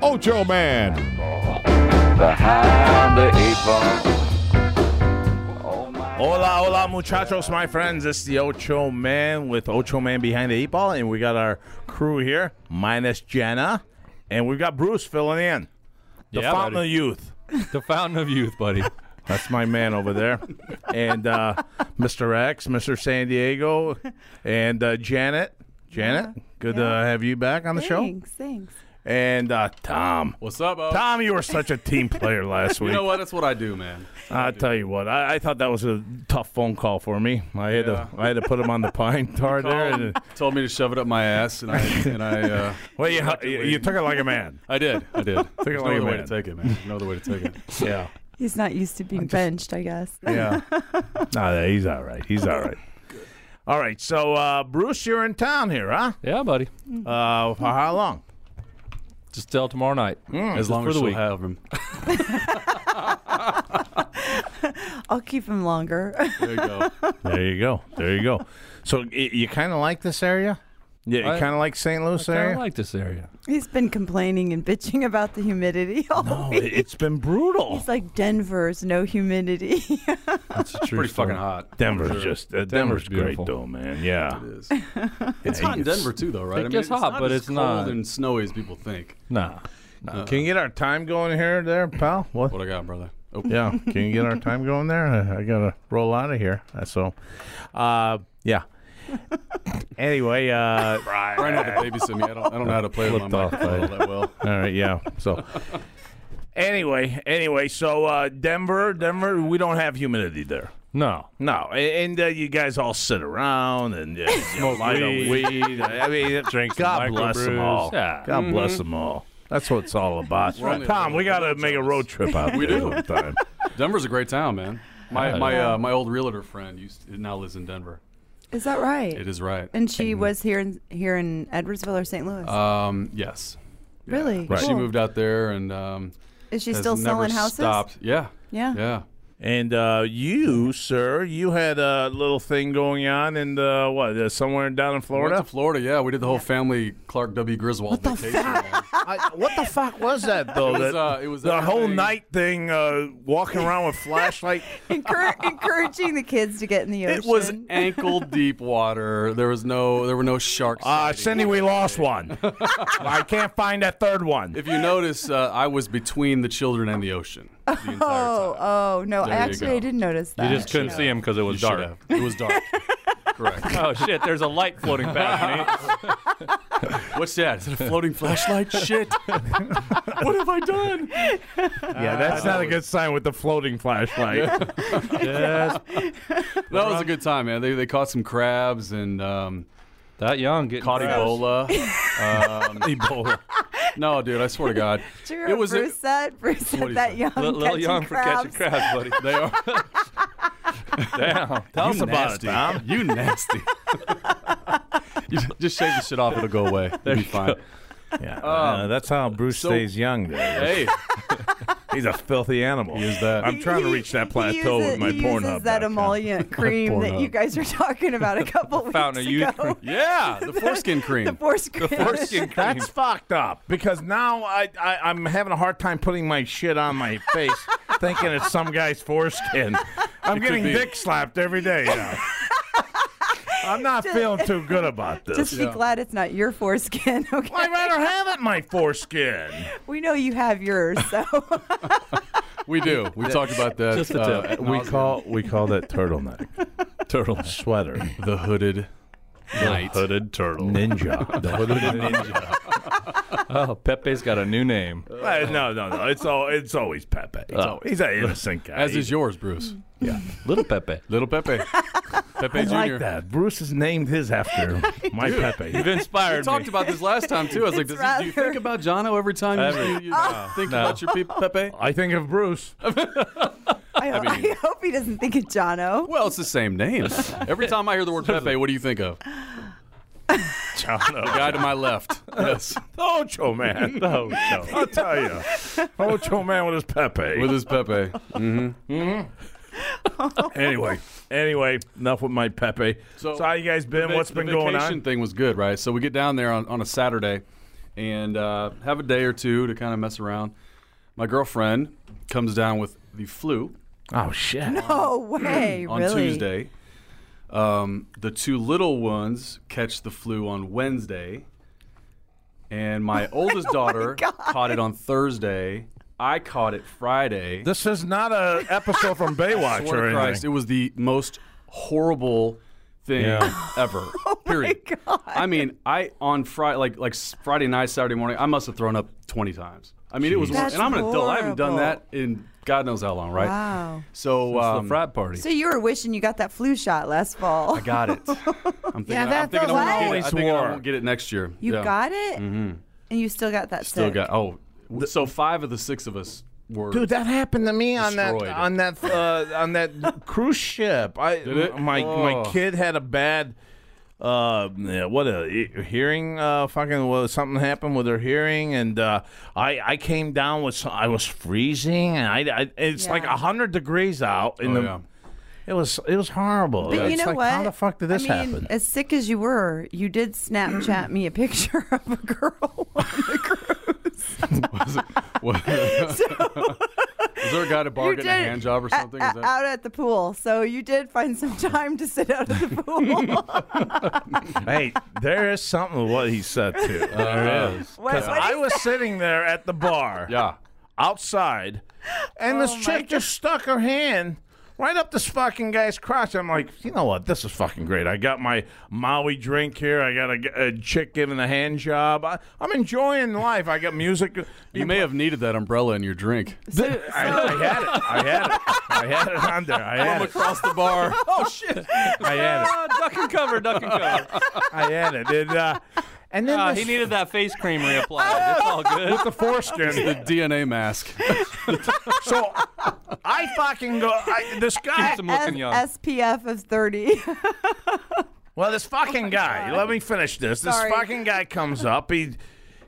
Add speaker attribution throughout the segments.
Speaker 1: Ocho Man.
Speaker 2: Behind the eight ball.
Speaker 3: Hola, hola, muchachos, my friends. It's the Ocho Man with Ocho Man behind the eight ball, and we got our crew here, minus Jenna, and we've got Bruce filling in. The
Speaker 4: Yeah,
Speaker 3: fountain
Speaker 4: buddy.
Speaker 3: of youth.
Speaker 4: The fountain of youth, buddy.
Speaker 3: That's my man over there, and uh, Mr. X, Mr. San Diego, and uh, Janet. Janet, good to have you back on the show,
Speaker 5: Thanks, thanks.
Speaker 3: and uh, Tom.
Speaker 4: What's up, Bo?
Speaker 3: Tom, you were such a team player last week.
Speaker 4: You know what? That's what I do, man.
Speaker 3: I tell you what, I, I thought that was a tough phone call for me. I had to,
Speaker 4: Yeah.
Speaker 3: I had to put him on the pine tar there. And,
Speaker 4: Told me to shove it up my ass, and I and I uh,
Speaker 3: well, you, you, you took it like a man.
Speaker 4: I did. I did. There's
Speaker 3: it
Speaker 4: no
Speaker 3: like a
Speaker 4: other way
Speaker 3: man.
Speaker 4: to take it, man. No other way to take it.
Speaker 3: Yeah,
Speaker 5: He's not used to being benched, I guess.
Speaker 3: yeah. no, he's all right. He's all right. All right. So, uh, Bruce, you're in town here, huh?
Speaker 6: Yeah, buddy.
Speaker 3: Uh, for how long?
Speaker 6: Just till tomorrow night.
Speaker 4: As long
Speaker 6: for
Speaker 4: as
Speaker 6: the
Speaker 4: she'll
Speaker 6: week.
Speaker 4: have him.
Speaker 5: I'll keep him longer.
Speaker 4: There you go.
Speaker 3: There you go. There you go. So, y- you kind of like this area? Yeah, you
Speaker 6: I-
Speaker 3: kind of like St. Louis
Speaker 6: I
Speaker 3: area.
Speaker 6: kinda like this area.
Speaker 5: He's been complaining and bitching about the humidity all
Speaker 3: Oh,
Speaker 5: week.
Speaker 3: it- it's been brutal.
Speaker 5: He's like Denver's no humidity.
Speaker 6: That's a true
Speaker 4: Pretty
Speaker 6: story.
Speaker 4: fucking hot.
Speaker 3: Denver's
Speaker 4: Sure.
Speaker 3: just uh, Denver's,
Speaker 6: Denver's
Speaker 3: great
Speaker 6: beautiful.
Speaker 3: though, man. Yeah,
Speaker 4: It is. It's hot in
Speaker 3: it's-
Speaker 4: Denver too, though, right?
Speaker 6: It gets hot,
Speaker 4: not
Speaker 6: but
Speaker 4: as
Speaker 6: it's not-
Speaker 4: cold and snowy as people think.
Speaker 6: Nah.
Speaker 3: Can you get our time going here, there, pal? What?
Speaker 4: What I got, brother? Oh,
Speaker 3: Yeah. Can you get our time going there? I, I gotta roll out of here. Uh, So, uh, yeah. anyway, uh,
Speaker 4: Brian had to babysit me. I don't. I don't know how to play with my
Speaker 3: Flipped off,
Speaker 4: microphone all
Speaker 3: right.
Speaker 4: that well.
Speaker 3: all right, yeah. So, anyway, anyway, so uh, Denver, Denver, we don't have humidity there.
Speaker 6: No.
Speaker 3: No, a- and, uh, you guys all sit around and uh, you know, light up weed. I mean,
Speaker 6: Drink some
Speaker 3: God bless them
Speaker 6: microbrews.
Speaker 3: all.
Speaker 6: Yeah. Mm-hmm.
Speaker 3: God bless them all. That's what it's all about.
Speaker 4: only
Speaker 3: Tom,
Speaker 4: a
Speaker 3: we gotta
Speaker 4: little
Speaker 3: make a road trip out
Speaker 4: We
Speaker 3: there
Speaker 4: do.
Speaker 3: sometime.
Speaker 4: Denver's a great town, man. My
Speaker 6: Yeah.
Speaker 4: my uh, my old realtor friend used now lives in Denver.
Speaker 5: is that right?
Speaker 4: It is right.
Speaker 5: And she was here in here in Edwardsville or St. Louis.
Speaker 4: Um, yes.
Speaker 5: really?
Speaker 3: Right.
Speaker 5: Cool.
Speaker 4: She moved out there and um,
Speaker 5: Is she
Speaker 4: has
Speaker 5: still
Speaker 4: never
Speaker 5: selling houses?
Speaker 4: Stopped. Yeah.
Speaker 5: Yeah.
Speaker 4: Yeah.
Speaker 3: And uh, you, sir, you had a little thing going on in the, what uh, somewhere down in
Speaker 4: Went
Speaker 3: Florida.
Speaker 4: to Florida. Yeah, we did the whole family Clark W. Griswold vacation. man.
Speaker 3: I, what the fuck was that though?
Speaker 4: It was,
Speaker 3: That-
Speaker 4: uh, it was
Speaker 3: the whole
Speaker 4: everything-
Speaker 3: night thing, uh, walking around with flashlight.
Speaker 5: Encour- encouraging the kids to get in the ocean.
Speaker 4: It was ankle deep water. There was no. There were no sharks.
Speaker 3: Uh,
Speaker 4: sightings.
Speaker 3: Cindy, we lost one. I can't find that third one.
Speaker 4: If you notice, uh, I was between the children and the ocean the entire
Speaker 5: Oh,
Speaker 4: time.
Speaker 5: oh no!
Speaker 4: There
Speaker 5: I
Speaker 4: you
Speaker 5: actually
Speaker 4: go.
Speaker 5: I didn't notice
Speaker 6: You
Speaker 5: that.
Speaker 6: just couldn't see him because it
Speaker 4: You
Speaker 6: was
Speaker 4: should
Speaker 6: dark.
Speaker 4: have. It was dark. Correct.
Speaker 6: Oh shit! There's a light floating past me.
Speaker 4: What's that? Is it a floating flashlight? Shit. what have I done?
Speaker 3: yeah, that's not a good sign with the floating flashlight.
Speaker 6: Yes,
Speaker 4: That was a good time, man. They, they caught some crabs and um,
Speaker 6: that young getting
Speaker 4: caught
Speaker 6: crabs.
Speaker 4: Ebola. Um,
Speaker 6: Ebola.
Speaker 4: No, dude, I swear to God.
Speaker 5: Did you hear what
Speaker 4: was a-
Speaker 5: Bruce said. Bruce
Speaker 4: What'd
Speaker 5: said
Speaker 4: he
Speaker 5: that
Speaker 4: say?
Speaker 5: young
Speaker 6: Little, little
Speaker 5: catching
Speaker 6: young for catching
Speaker 5: crabs.
Speaker 6: crabs, buddy.
Speaker 4: They are.
Speaker 6: Damn.
Speaker 3: Tell us about it, Tom.
Speaker 4: You nasty. you j- just shake the shit off. It'll go away. You'll be fine.
Speaker 3: Yeah, uh, that's how Bruce
Speaker 4: Um, so-
Speaker 3: stays young. There,
Speaker 4: Hey,
Speaker 3: he's a filthy animal.
Speaker 4: is that?
Speaker 3: I'm trying to
Speaker 5: He-
Speaker 3: reach that
Speaker 5: he
Speaker 3: plateau
Speaker 5: uses,
Speaker 3: with my
Speaker 5: he
Speaker 3: porn
Speaker 5: uses that emollient cream that you
Speaker 4: Pornhub.
Speaker 5: guys were talking about a couple weeks
Speaker 6: fountain of youth
Speaker 5: ago.
Speaker 4: yeah, the foreskin cream.
Speaker 5: The foreskin. The
Speaker 6: Foreskin cream.
Speaker 3: That's fucked up because now I, I I'm having a hard time putting my shit on my face, thinking it's some guy's foreskin. I'm getting
Speaker 4: be.
Speaker 3: dick slapped every day now. I'm not feeling too good about this.
Speaker 5: Just be glad it's not your foreskin. Okay,
Speaker 3: I'd rather have it in my foreskin.
Speaker 5: we know you have yours, so
Speaker 4: we do. We talked about that.
Speaker 6: Just the
Speaker 4: uh,
Speaker 6: tip.
Speaker 4: ad
Speaker 3: We
Speaker 4: nauseam.
Speaker 3: call we call that turtleneck, turtle sweater,
Speaker 4: the hooded night.
Speaker 6: Hooded turtle.
Speaker 3: ninja, the hooded ninja.
Speaker 6: Oh, Pepe's got a new name.
Speaker 3: Uh, no, no, no. It's all. It's always Pepe. It's al- he's an innocent guy.
Speaker 4: As is yours, Bruce.
Speaker 6: Little Pepe.
Speaker 4: Little Pepe. Pepe
Speaker 3: I
Speaker 4: Jr.
Speaker 3: like that. Bruce is named his after my Pepe.
Speaker 6: You've
Speaker 4: We
Speaker 6: inspired
Speaker 4: talked
Speaker 6: me.
Speaker 4: about this last time too. I was like,
Speaker 5: It's
Speaker 4: does he- "Do you
Speaker 5: rather-
Speaker 4: think about Jono every time you-
Speaker 6: Every-
Speaker 4: you, you think
Speaker 6: No.
Speaker 4: about your people, Pepe?"
Speaker 3: I think of Bruce.
Speaker 4: Oh,
Speaker 5: I, ho- I hope he doesn't think of Jono.
Speaker 4: Well, it's the same name. Every time I hear the word Pepe, what do you think of?
Speaker 3: Jono.
Speaker 4: The guy to my left. Yes,
Speaker 3: Ocho man.
Speaker 6: Oh, no.
Speaker 3: I'll tell you. Ocho man with his Pepe.
Speaker 4: with his Pepe.
Speaker 3: anyway, anyway, enough with my Pepe. So,
Speaker 4: So-
Speaker 3: how you guys been?
Speaker 4: vac-
Speaker 3: What's been
Speaker 4: the
Speaker 3: going
Speaker 4: vacation
Speaker 3: on?
Speaker 4: thing was good, right? So we get down there on, on a Saturday and uh, have a day or two to kind of mess around. My girlfriend comes down with the flu
Speaker 3: Oh shit.
Speaker 5: No way,
Speaker 4: on
Speaker 5: really.
Speaker 4: Tuesday. Um, the two little ones catch the flu on Wednesday. And my oldest daughter caught it on Thursday. I caught it Friday.
Speaker 3: This is not a episode from Baywatch
Speaker 4: Swear
Speaker 3: or
Speaker 4: to Christ,
Speaker 3: anything.
Speaker 4: it was the most horrible thing
Speaker 3: Yeah.
Speaker 4: ever.
Speaker 5: Oh
Speaker 4: period. I mean, I on Friday, like like s- Friday night, Saturday morning, I must have thrown up twenty times. I mean, it was,
Speaker 5: That's
Speaker 4: and I'm an adult. I haven't done
Speaker 5: horrible.
Speaker 4: that in God knows how long, right?
Speaker 5: Wow.
Speaker 4: So um,
Speaker 6: the frat party.
Speaker 5: So you were wishing you got that flu shot last fall.
Speaker 4: I got it. I'm thinking,
Speaker 7: Yeah,
Speaker 4: I'm
Speaker 7: that
Speaker 4: thinking
Speaker 7: feels
Speaker 4: I
Speaker 7: right.
Speaker 4: won't get it. I think I
Speaker 3: Swore.
Speaker 4: won't get it next year.
Speaker 5: you
Speaker 4: Yeah.
Speaker 5: got it,
Speaker 3: Mm-hmm.
Speaker 5: and you still got that.
Speaker 4: still
Speaker 5: sick.
Speaker 4: got. Oh, w- so five of the six of us were.
Speaker 3: Dude, that happened to me on that
Speaker 4: Destroyed.
Speaker 3: on that uh, on that cruise ship. I
Speaker 4: it?
Speaker 3: my
Speaker 4: Oh.
Speaker 3: my kid had a bad uh yeah, what a e- hearing uh fucking well, something happened with her hearing and uh I I came down with so- I was freezing and I, I it's like like
Speaker 5: Yeah.
Speaker 3: 100 degrees out in
Speaker 4: Oh,
Speaker 3: the
Speaker 4: yeah.
Speaker 3: It was it was horrible.
Speaker 5: But you
Speaker 3: It's
Speaker 5: know
Speaker 3: like,
Speaker 5: what?
Speaker 3: How the fuck did this
Speaker 5: I mean,
Speaker 3: happen?
Speaker 5: As sick as you were, you did Snapchat me a picture of a girl on the cruise.
Speaker 4: Was there a guy that
Speaker 5: you
Speaker 4: bargained a hand job or
Speaker 5: a-
Speaker 4: something?
Speaker 5: a-
Speaker 4: Is that-
Speaker 5: out at the pool, so you did find some time to sit out at the pool.
Speaker 3: hey, there is something to what he said too.
Speaker 4: There is.
Speaker 5: What- what
Speaker 3: I
Speaker 5: is
Speaker 3: was sitting there at the bar.
Speaker 4: Yeah.
Speaker 3: outside, and this chick just stuck her hand right up this fucking guy's crotch. I'm like, you know what? This is fucking great. I got my Maui drink here. I got a, g- a chick giving a hand job. I, I'm enjoying life. I got music.
Speaker 4: You may have needed that umbrella in your drink.
Speaker 3: I, I had it. I had it. I had it on there. I had it.
Speaker 4: across the bar.
Speaker 6: Oh, shit.
Speaker 3: I had it.
Speaker 6: Ah, duck and cover, duck and cover.
Speaker 3: I had it. And, uh, and then
Speaker 6: Ah,
Speaker 3: this-
Speaker 6: he needed that face cream reapplied. It's all good.
Speaker 3: with the foreskin.
Speaker 4: DNA mask.
Speaker 3: so I fucking go. I, this guy.
Speaker 6: Keeps him looking young.
Speaker 5: S- SPF of 30.
Speaker 3: Well, this fucking guy. Let me finish this.
Speaker 5: Oh Sorry.
Speaker 3: This fucking guy comes up. He,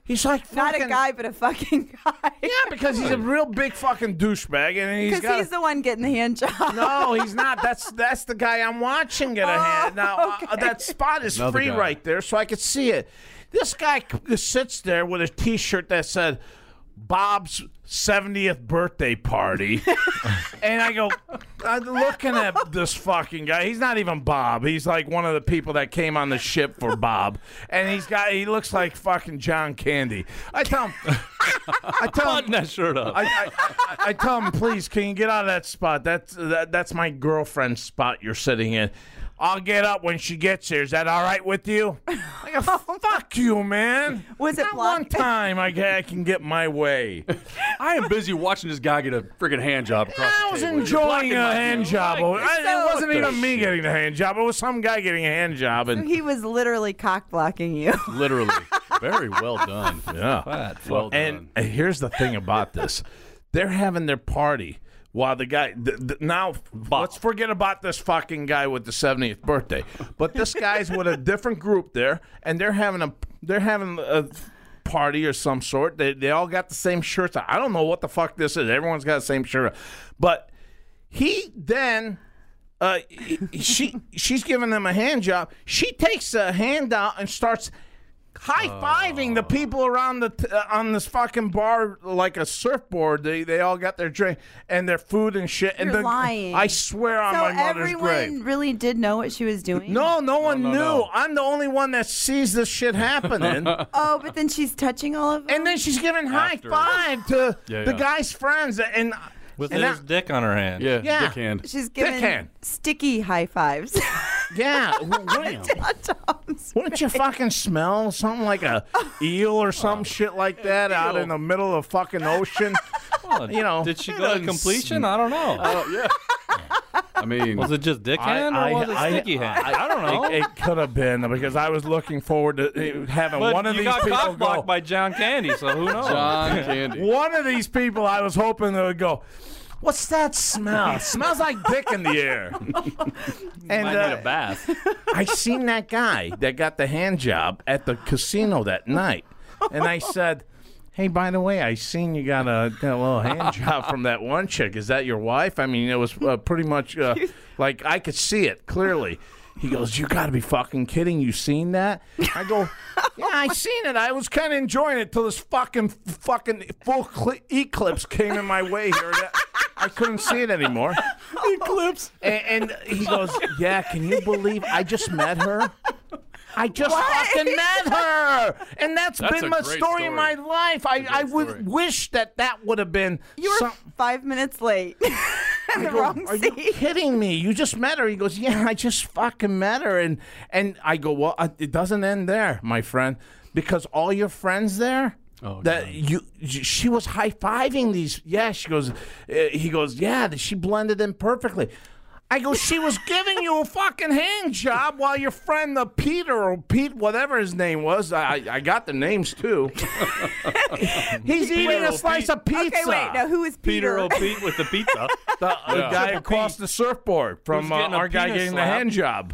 Speaker 3: he's like
Speaker 5: Not a
Speaker 3: fucking-
Speaker 5: guy, but a fucking guy.
Speaker 3: Yeah, because he's a real big fucking douchebag, and he's
Speaker 5: Because
Speaker 3: got.
Speaker 5: he's the one getting the hand job.
Speaker 3: no, he's not. That's that's the guy I'm watching get a hand. Now uh, that spot is
Speaker 4: Another
Speaker 3: free
Speaker 4: guy.
Speaker 3: right there, so I could see it. This guy c- sits there with a T-shirt that said Bob's 70th birthday party, and I go, I'm looking at this fucking guy. He's not even Bob. He's like one of the people that came on the ship for Bob, and he's got. He looks like fucking John Candy. I tell him. I tell him.
Speaker 6: Button that shirt up.
Speaker 3: I, I, I, I tell him, please, can you get out of that spot? That's that, that's my girlfriend's spot you're sitting in. I'll get up when she gets here. Is that all right with you? I go, "Oh, fuck you, man.
Speaker 5: Was it
Speaker 3: Not one
Speaker 5: blocked?
Speaker 3: time I, ca- I can get my way.
Speaker 4: I am busy watching this guy get a freaking hand job across
Speaker 3: I was
Speaker 4: the table.
Speaker 3: enjoying a hand job. over- I-
Speaker 5: So-
Speaker 3: it wasn't even me getting the hand job. It was some guy getting a hand job, and
Speaker 5: He was literally cock blocking you.
Speaker 3: Oh,
Speaker 4: Literally. Very well done.
Speaker 3: yeah.
Speaker 4: Well
Speaker 3: And
Speaker 4: done.
Speaker 3: and here's the thing about this: they're having their party while the guy. Th- th- now, let's forget about this fucking guy with the 70th birthday. But this guy's with a different group there, and they're having a they're having a party or some sort. They they all got the same shirts. on. I don't know what the fuck this is. Everyone's got the same shirt, on. but he then uh, she she's giving them a hand job. She takes a hand out and starts high fiving the people around the t- uh, on this fucking bar like a surfboard. They they all got their drink and their food and shit. and
Speaker 5: You're
Speaker 3: then
Speaker 5: lying.
Speaker 3: I swear on
Speaker 5: so
Speaker 3: my mother's
Speaker 5: everyone
Speaker 3: grave.
Speaker 5: really did know what she was doing.
Speaker 3: No, no one
Speaker 4: no,
Speaker 3: knew.
Speaker 4: no.
Speaker 3: I'm the only one that sees this shit happening.
Speaker 5: Oh, but then she's touching all of them.
Speaker 3: and then she's giving high
Speaker 4: After.
Speaker 3: five to
Speaker 4: Yeah,
Speaker 3: the
Speaker 4: yeah.
Speaker 3: guy's friends and.
Speaker 6: with
Speaker 3: and
Speaker 6: his
Speaker 3: that-
Speaker 6: dick on her hand.
Speaker 4: Yeah,
Speaker 3: Yeah.
Speaker 4: dick hand.
Speaker 5: she's giving
Speaker 3: Dickhand.
Speaker 5: sticky high fives.
Speaker 3: yeah, wouldn't-
Speaker 5: on Tom's.
Speaker 3: Wouldn't you fucking smell something like a eel or some
Speaker 6: Oh.
Speaker 3: shit like that out in the middle of fucking ocean?
Speaker 6: Well,
Speaker 3: You know,
Speaker 6: Did she
Speaker 3: it
Speaker 6: go to
Speaker 3: doesn't
Speaker 6: completion? I don't know.
Speaker 4: Oh, yeah. I mean,
Speaker 6: Was it just dick hand or was it sticky hand?
Speaker 3: I, don't know. It, it could have been because I was looking forward to uh, having
Speaker 6: but
Speaker 3: one of
Speaker 6: you
Speaker 3: these
Speaker 6: got
Speaker 3: people
Speaker 6: cock
Speaker 3: go.
Speaker 6: blocked by John Candy, so who knows?
Speaker 4: John Candy.
Speaker 3: one of these people, I was hoping they would go. What's that smell? It smells like dick in the air. and
Speaker 6: Might need
Speaker 3: uh,
Speaker 6: a bath.
Speaker 3: I seen that guy that got the hand job at the casino that night, and I said, "Hey, by the way, I seen you got a, got a little hand job from that one chick. Is that your wife?" I mean, it was uh, pretty much uh, like I could see it clearly. He goes, "You got to be fucking kidding! You seen that?" I go, "Yeah, I seen it. I was kind of enjoying it till this fucking fucking full cl- eclipse came in my way here. That- I couldn't see it anymore."
Speaker 4: Clips.
Speaker 3: And, and he goes, "Yeah, can you believe I just met her? I just fucking met her, and that's
Speaker 4: That's
Speaker 3: been
Speaker 4: a
Speaker 3: my
Speaker 4: great
Speaker 3: story, in my
Speaker 4: story.
Speaker 3: life. I, I would
Speaker 4: story.
Speaker 3: wish that that would have been
Speaker 5: You were
Speaker 3: some-
Speaker 5: five minutes late. in the
Speaker 3: go,
Speaker 5: wrong
Speaker 3: Are you
Speaker 5: seat.
Speaker 3: kidding me? You just met her. He goes, yeah, I just fucking met her, and and I go, well, uh, it doesn't end there, my friend, because all your friends there.
Speaker 4: Oh,
Speaker 3: that
Speaker 4: God.
Speaker 3: you, she was high fiving these. Yeah, she goes. Uh, he goes. Yeah, that she blended in perfectly. I go. She was giving you a fucking hand job while your friend, the Peter or Pete, whatever his name was. I I got the names too. He's eating a
Speaker 6: O'Pete.
Speaker 3: slice of pizza
Speaker 5: Okay, wait. Now, who is
Speaker 6: Peter
Speaker 5: Peter?
Speaker 6: O'Pete with the pizza.
Speaker 3: the the guy across the surfboard from
Speaker 6: Who's
Speaker 3: uh,
Speaker 6: getting a
Speaker 3: our guy
Speaker 6: penis
Speaker 3: getting the
Speaker 6: slap?
Speaker 3: hand job.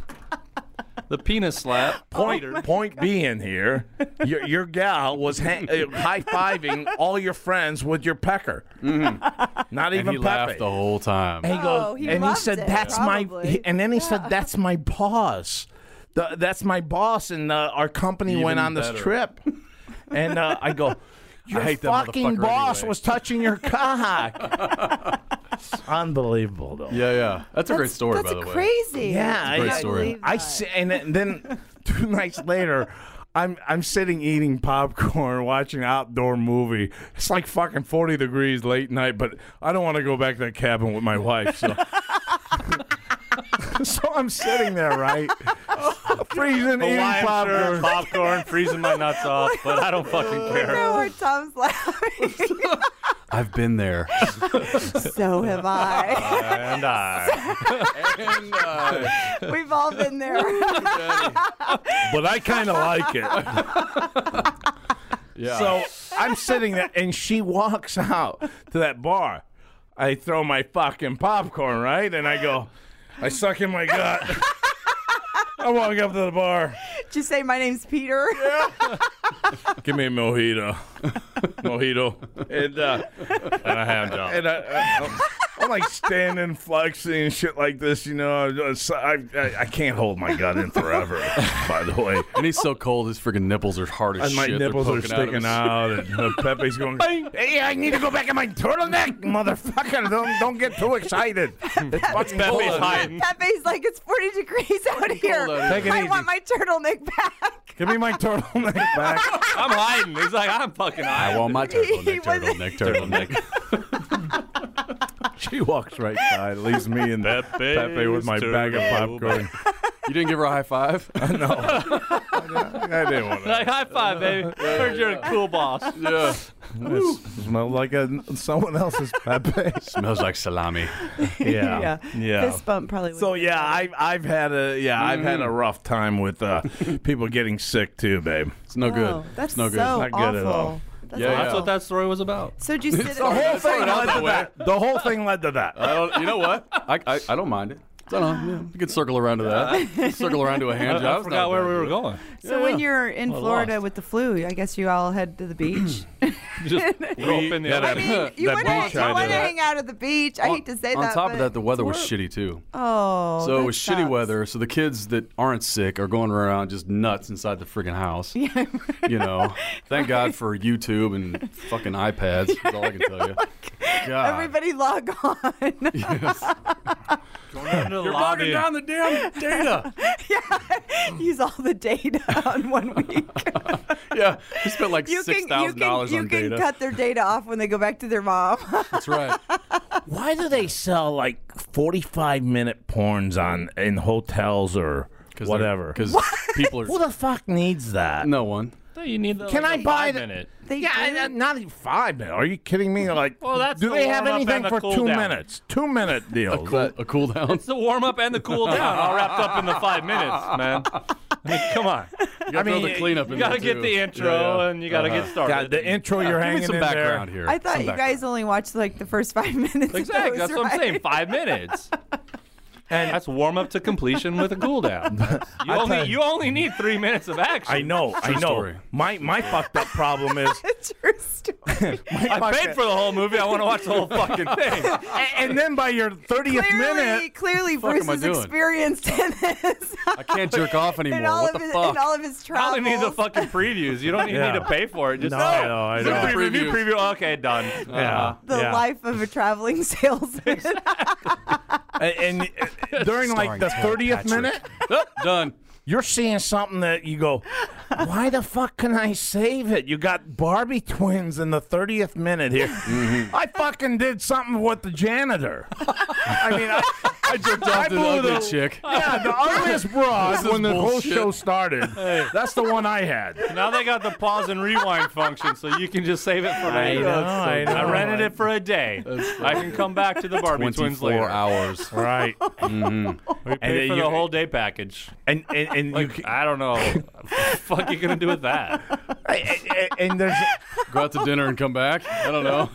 Speaker 6: The penis slap.
Speaker 5: Oh
Speaker 3: Point, point being here, your, your gal was ha- uh, high fiving all your friends with your pecker. Not
Speaker 4: And
Speaker 3: even Pepe.
Speaker 4: he laughed the whole time.
Speaker 3: And he goes,
Speaker 5: Mm-hmm. Oh, he
Speaker 3: and he
Speaker 5: loved
Speaker 3: said,
Speaker 5: it,
Speaker 3: "That's my,"
Speaker 5: probably.
Speaker 3: he- and then he said, "That's my boss." The, that's my boss, and uh, our company
Speaker 4: Even
Speaker 3: went on
Speaker 4: better.
Speaker 3: this trip. And uh, I go, "Your
Speaker 4: hate that
Speaker 3: fucking
Speaker 4: motherfucker
Speaker 3: boss
Speaker 4: anyway."
Speaker 3: was touching your cock." Unbelievable, though.
Speaker 4: Yeah, yeah. That's a great story,
Speaker 5: That's
Speaker 4: by the way.
Speaker 5: crazy.
Speaker 3: Yeah,
Speaker 5: I
Speaker 3: I-
Speaker 4: Great
Speaker 5: can't
Speaker 4: story.
Speaker 5: believe
Speaker 3: I
Speaker 5: that.
Speaker 3: see, and then- then two nights later, I'm I'm sitting eating popcorn, watching an outdoor movie. It's like fucking forty degrees late night, but I don't want to go back to the cabin with my wife, so. So I'm sitting there, right? Freezing, eating
Speaker 6: Hawaiian
Speaker 3: popcorn.
Speaker 6: shirt, popcorn, freezing my nuts off, but I don't fucking
Speaker 5: I
Speaker 6: care.
Speaker 5: know where Tom's laughing.
Speaker 4: I've been there.
Speaker 5: so have I.
Speaker 6: And I.
Speaker 4: and, uh,
Speaker 5: We've all been there.
Speaker 3: But I kind of like it.
Speaker 4: yeah.
Speaker 3: So I'm sitting there, and she walks out to that bar. I throw my fucking popcorn, right? And I go, I suck in my gut. I walk up to the bar.
Speaker 5: Did you say my name's Peter?
Speaker 3: Give me a mojito. mojito. And, uh,
Speaker 6: And I hand job.
Speaker 3: and I, uh, oh. I, I'm like standing, flexing, and shit like this, you know. I'm just- I, I, I can't hold my gut in forever, by the way.
Speaker 4: and he's so cold, his freaking nipples are hard as
Speaker 3: And my
Speaker 4: shit. They're
Speaker 3: nipples are
Speaker 4: poking out of
Speaker 3: sticking
Speaker 4: his-
Speaker 3: out, and uh, Pepe's going, "Hey, I need to go back in my turtleneck, motherfucker! Don't don't get too excited. It's fucking cold.
Speaker 6: Pepe's hiding.
Speaker 5: Pepe's like, it's 40 degrees out here.
Speaker 4: out here.
Speaker 3: Take it
Speaker 5: I
Speaker 3: easy.
Speaker 5: want my turtleneck back.
Speaker 3: Give me my turtleneck back.
Speaker 6: I'm hiding. He's like, I'm fucking
Speaker 4: I
Speaker 6: hiding.
Speaker 4: want my
Speaker 5: He
Speaker 4: turtleneck,
Speaker 5: was-
Speaker 4: turtleneck, turtleneck.
Speaker 3: she walks right by, leaves me and Pepe, with my bag of popcorn.
Speaker 4: you didn't give her a high five?
Speaker 3: I didn't want to.
Speaker 6: Like, high five, baby. Heard you're a cool boss.
Speaker 4: yeah.
Speaker 3: Smelled like a, someone else's Pepe.
Speaker 4: Smells like salami.
Speaker 3: Yeah, yeah.
Speaker 5: Fist bump probably.
Speaker 3: So
Speaker 5: would've
Speaker 3: yeah,
Speaker 5: been
Speaker 3: I've I've had a yeah I've had
Speaker 5: Mm.
Speaker 3: a rough time with uh, people getting sick too, babe.
Speaker 4: It's no
Speaker 5: better. Wow,
Speaker 4: good.
Speaker 5: Oh, That's
Speaker 4: it's no good.
Speaker 5: so
Speaker 3: Not good at
Speaker 5: awful.
Speaker 3: all.
Speaker 5: That's
Speaker 4: Yeah,
Speaker 6: That's
Speaker 5: awful.
Speaker 6: what that story was about.
Speaker 5: So did you sit
Speaker 3: The whole
Speaker 5: at
Speaker 3: thing led to
Speaker 4: way.
Speaker 3: that. Uh, The whole thing led to that.
Speaker 4: I don't, you know what? I, I, I don't mind it. I don't know. Yeah, we could circle around to that. circle around to a hand job.
Speaker 6: I forgot where we were going.
Speaker 5: So when you're in Florida with the flu, I guess you all head to the beach.
Speaker 6: Just rope in the
Speaker 4: that-
Speaker 5: I
Speaker 6: other.
Speaker 5: mean,
Speaker 4: That
Speaker 5: you want
Speaker 3: beach
Speaker 5: to
Speaker 3: idea.
Speaker 5: hang out at the beach. I hate to say
Speaker 4: On
Speaker 5: that.
Speaker 4: top
Speaker 5: but
Speaker 4: of that, the weather
Speaker 5: it's
Speaker 4: was
Speaker 5: work.
Speaker 4: shitty too.
Speaker 5: Oh,
Speaker 4: So
Speaker 5: that
Speaker 4: it was shitty
Speaker 5: sucks.
Speaker 4: weather. So the kids that aren't sick are going around just nuts inside the freaking house. you know, thank God for YouTube and fucking iPads. That's all I can tell you. God.
Speaker 5: Everybody log on.
Speaker 6: You're
Speaker 4: Bogging down the damn data.
Speaker 5: Use all the data on one week.
Speaker 4: yeah, we spent like
Speaker 5: You
Speaker 4: six
Speaker 5: can you
Speaker 4: thousand
Speaker 5: can
Speaker 4: dollars
Speaker 5: you
Speaker 4: on
Speaker 5: can
Speaker 4: data.
Speaker 5: cut their data off when they go back to their mom.
Speaker 4: That's right.
Speaker 3: Why do they sell like forty-five minute porns on in hotels or whatever?
Speaker 4: Because people are
Speaker 3: who the fuck needs that?
Speaker 4: no one.
Speaker 6: No, you need the,
Speaker 3: Can
Speaker 6: like,
Speaker 3: I
Speaker 6: the
Speaker 3: buy
Speaker 6: five
Speaker 3: the-
Speaker 6: minute.
Speaker 5: They
Speaker 3: yeah,
Speaker 5: do?
Speaker 3: I- I- not even five minutes. Are you kidding me? Like,
Speaker 6: Well, that's
Speaker 3: do
Speaker 6: the
Speaker 3: they have
Speaker 6: warm-up
Speaker 3: anything
Speaker 6: and the
Speaker 3: for two
Speaker 6: cool-down.
Speaker 3: minutes? Two minute deals.
Speaker 4: a cool down.
Speaker 6: It's the warm up and the cool down, all wrapped up in the five minutes, man. I mean, come on.
Speaker 4: You gotta
Speaker 3: I mean,
Speaker 4: throw the cleanup
Speaker 6: You
Speaker 4: in
Speaker 6: gotta
Speaker 4: there,
Speaker 6: get
Speaker 4: too.
Speaker 6: the intro
Speaker 4: Yeah, yeah.
Speaker 6: and you gotta get started.
Speaker 3: God, Uh-huh. the intro you're
Speaker 4: Give
Speaker 3: hanging
Speaker 4: me some
Speaker 3: in
Speaker 4: background
Speaker 3: there.
Speaker 4: here.
Speaker 5: I thought
Speaker 4: Some
Speaker 5: you
Speaker 4: background.
Speaker 5: guys only watched like the first five minutes. of
Speaker 6: Exactly.
Speaker 5: those,
Speaker 6: That's what I'm
Speaker 5: right?
Speaker 6: saying. Five minutes. And that's warm up to completion with a cool down. You only, you only need three minutes of action.
Speaker 3: I know, I know.
Speaker 4: story.
Speaker 3: My my fucked up problem is,
Speaker 5: True story.
Speaker 6: I paid for the whole movie. I want to watch the whole fucking thing.
Speaker 3: and then by your thirtieth
Speaker 5: clearly,
Speaker 3: minute,
Speaker 5: clearly
Speaker 4: fuck
Speaker 5: Bruce
Speaker 4: am I
Speaker 5: is
Speaker 4: doing?
Speaker 5: experienced in this.
Speaker 4: I can't jerk off anymore.
Speaker 5: in all
Speaker 4: What
Speaker 5: of
Speaker 4: the
Speaker 5: his,
Speaker 4: fuck?
Speaker 5: In all of his
Speaker 6: I
Speaker 5: travels.
Speaker 6: only need the fucking previews. You don't even
Speaker 3: Yeah.
Speaker 6: need to pay for it. Just
Speaker 3: No,
Speaker 6: say,
Speaker 3: I know, I
Speaker 6: "Is there
Speaker 4: know.
Speaker 6: a pre- review
Speaker 4: Previews.
Speaker 6: preview. Okay, done.
Speaker 3: yeah,
Speaker 5: the
Speaker 3: yeah.
Speaker 5: life of a traveling salesman.
Speaker 3: and, and during like
Speaker 4: Starring
Speaker 3: the
Speaker 4: Ted
Speaker 3: thirtieth
Speaker 4: Patrick.
Speaker 3: minute,
Speaker 4: Oh, done.
Speaker 3: you're seeing something that you go, why the fuck can I save it? You got Barbie twins in the 30th minute here. I fucking did something with the janitor. I mean, I, I jerked
Speaker 4: off to the ugly chick.
Speaker 3: Yeah, the ugliest broad
Speaker 4: This is
Speaker 3: when the whole
Speaker 4: bullshit.
Speaker 3: show started. That's the one I had.
Speaker 6: Now they got the pause and rewind function, so you can just save it for
Speaker 3: I
Speaker 6: later.
Speaker 3: know, Oh, I know.
Speaker 6: I rented it for a day. I can come back to the Barbie twins later.
Speaker 4: Twenty-four hours.
Speaker 3: Right.
Speaker 6: We
Speaker 3: then
Speaker 6: paid for
Speaker 3: you-
Speaker 6: the whole day package.
Speaker 3: And, and, and, you,
Speaker 6: Like, I don't know. what the fuck you gonna do with that?
Speaker 3: and, and there's.
Speaker 4: Go out to dinner and come back. I don't know.